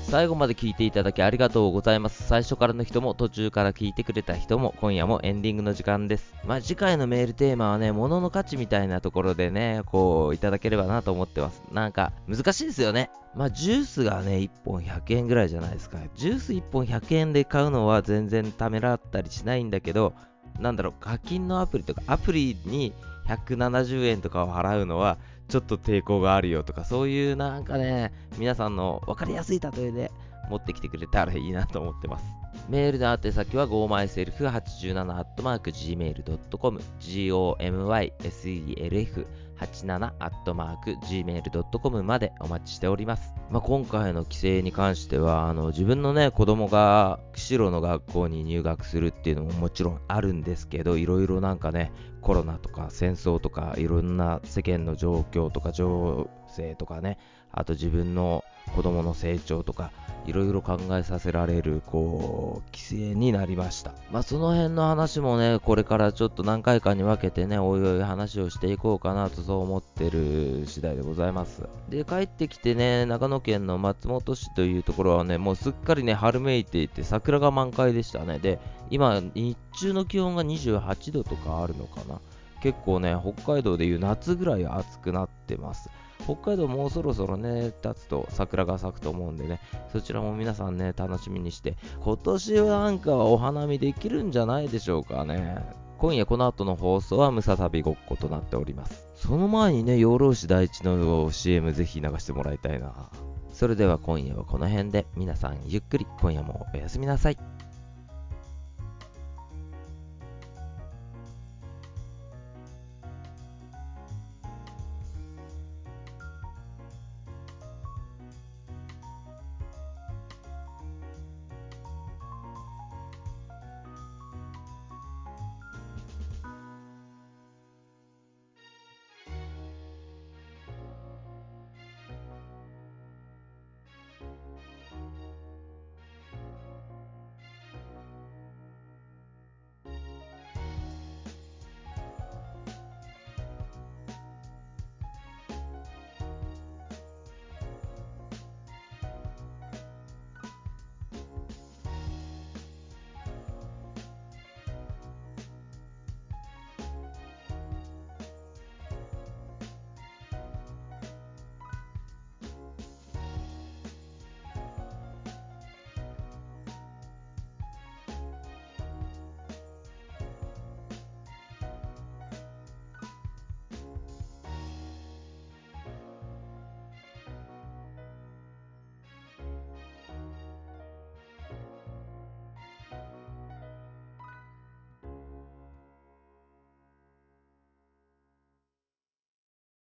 S1: 最後まで聞いていただきありがとうございます。最初からの人も途中から聞いてくれた人も今夜もエンディングの時間です。まあ次回のメールテーマはね、物の価値みたいなところでね、こういただければなと思ってます。なんか難しいですよね。まあジュースがね、1本100円ぐらいじゃないですか。ジュース1本100円で買うのは全然ためらったりしないんだけど、なんだろう、課金のアプリとかアプリに170円とかを払うのはちょっと抵抗があるよとかそういうなんかね皆さんの分かりやすい例えで持ってきてくれたらいいなと思ってますメールの宛先は gomyself87-gmail.com gomyself87-gmail.com までお待ちしております、まあ、今回の規制に関してはあの自分のね子供が釧路の学校に入学するっていうのももちろんあるんですけどいろいろなんかねコロナとか戦争とかいろんな世間の状況とか情勢とかねあと自分の子供の成長とかいろいろ考えさせられるこう規制になりましたまあその辺の話もねこれからちょっと何回かに分けてねおいおい話をしていこうかなとそう思ってる次第でございますで帰ってきてね長野県の松本市というところはねもうすっかりね春めいていて桜が満開でしたねで今日中の気温が28度とかあるのかな結構ね北海道でいう夏ぐらい暑くなってます北海道もうそろそろね、立つと桜が咲くと思うんでね、そちらも皆さんね、楽しみにして、今年はなんかはお花見できるんじゃないでしょうかね。今夜この後の放送はムササビごっことなっております。その前にね、養老市第一の CM ぜひ流してもらいたいな。それでは今夜はこの辺で皆さんゆっくり今夜もおやすみなさい。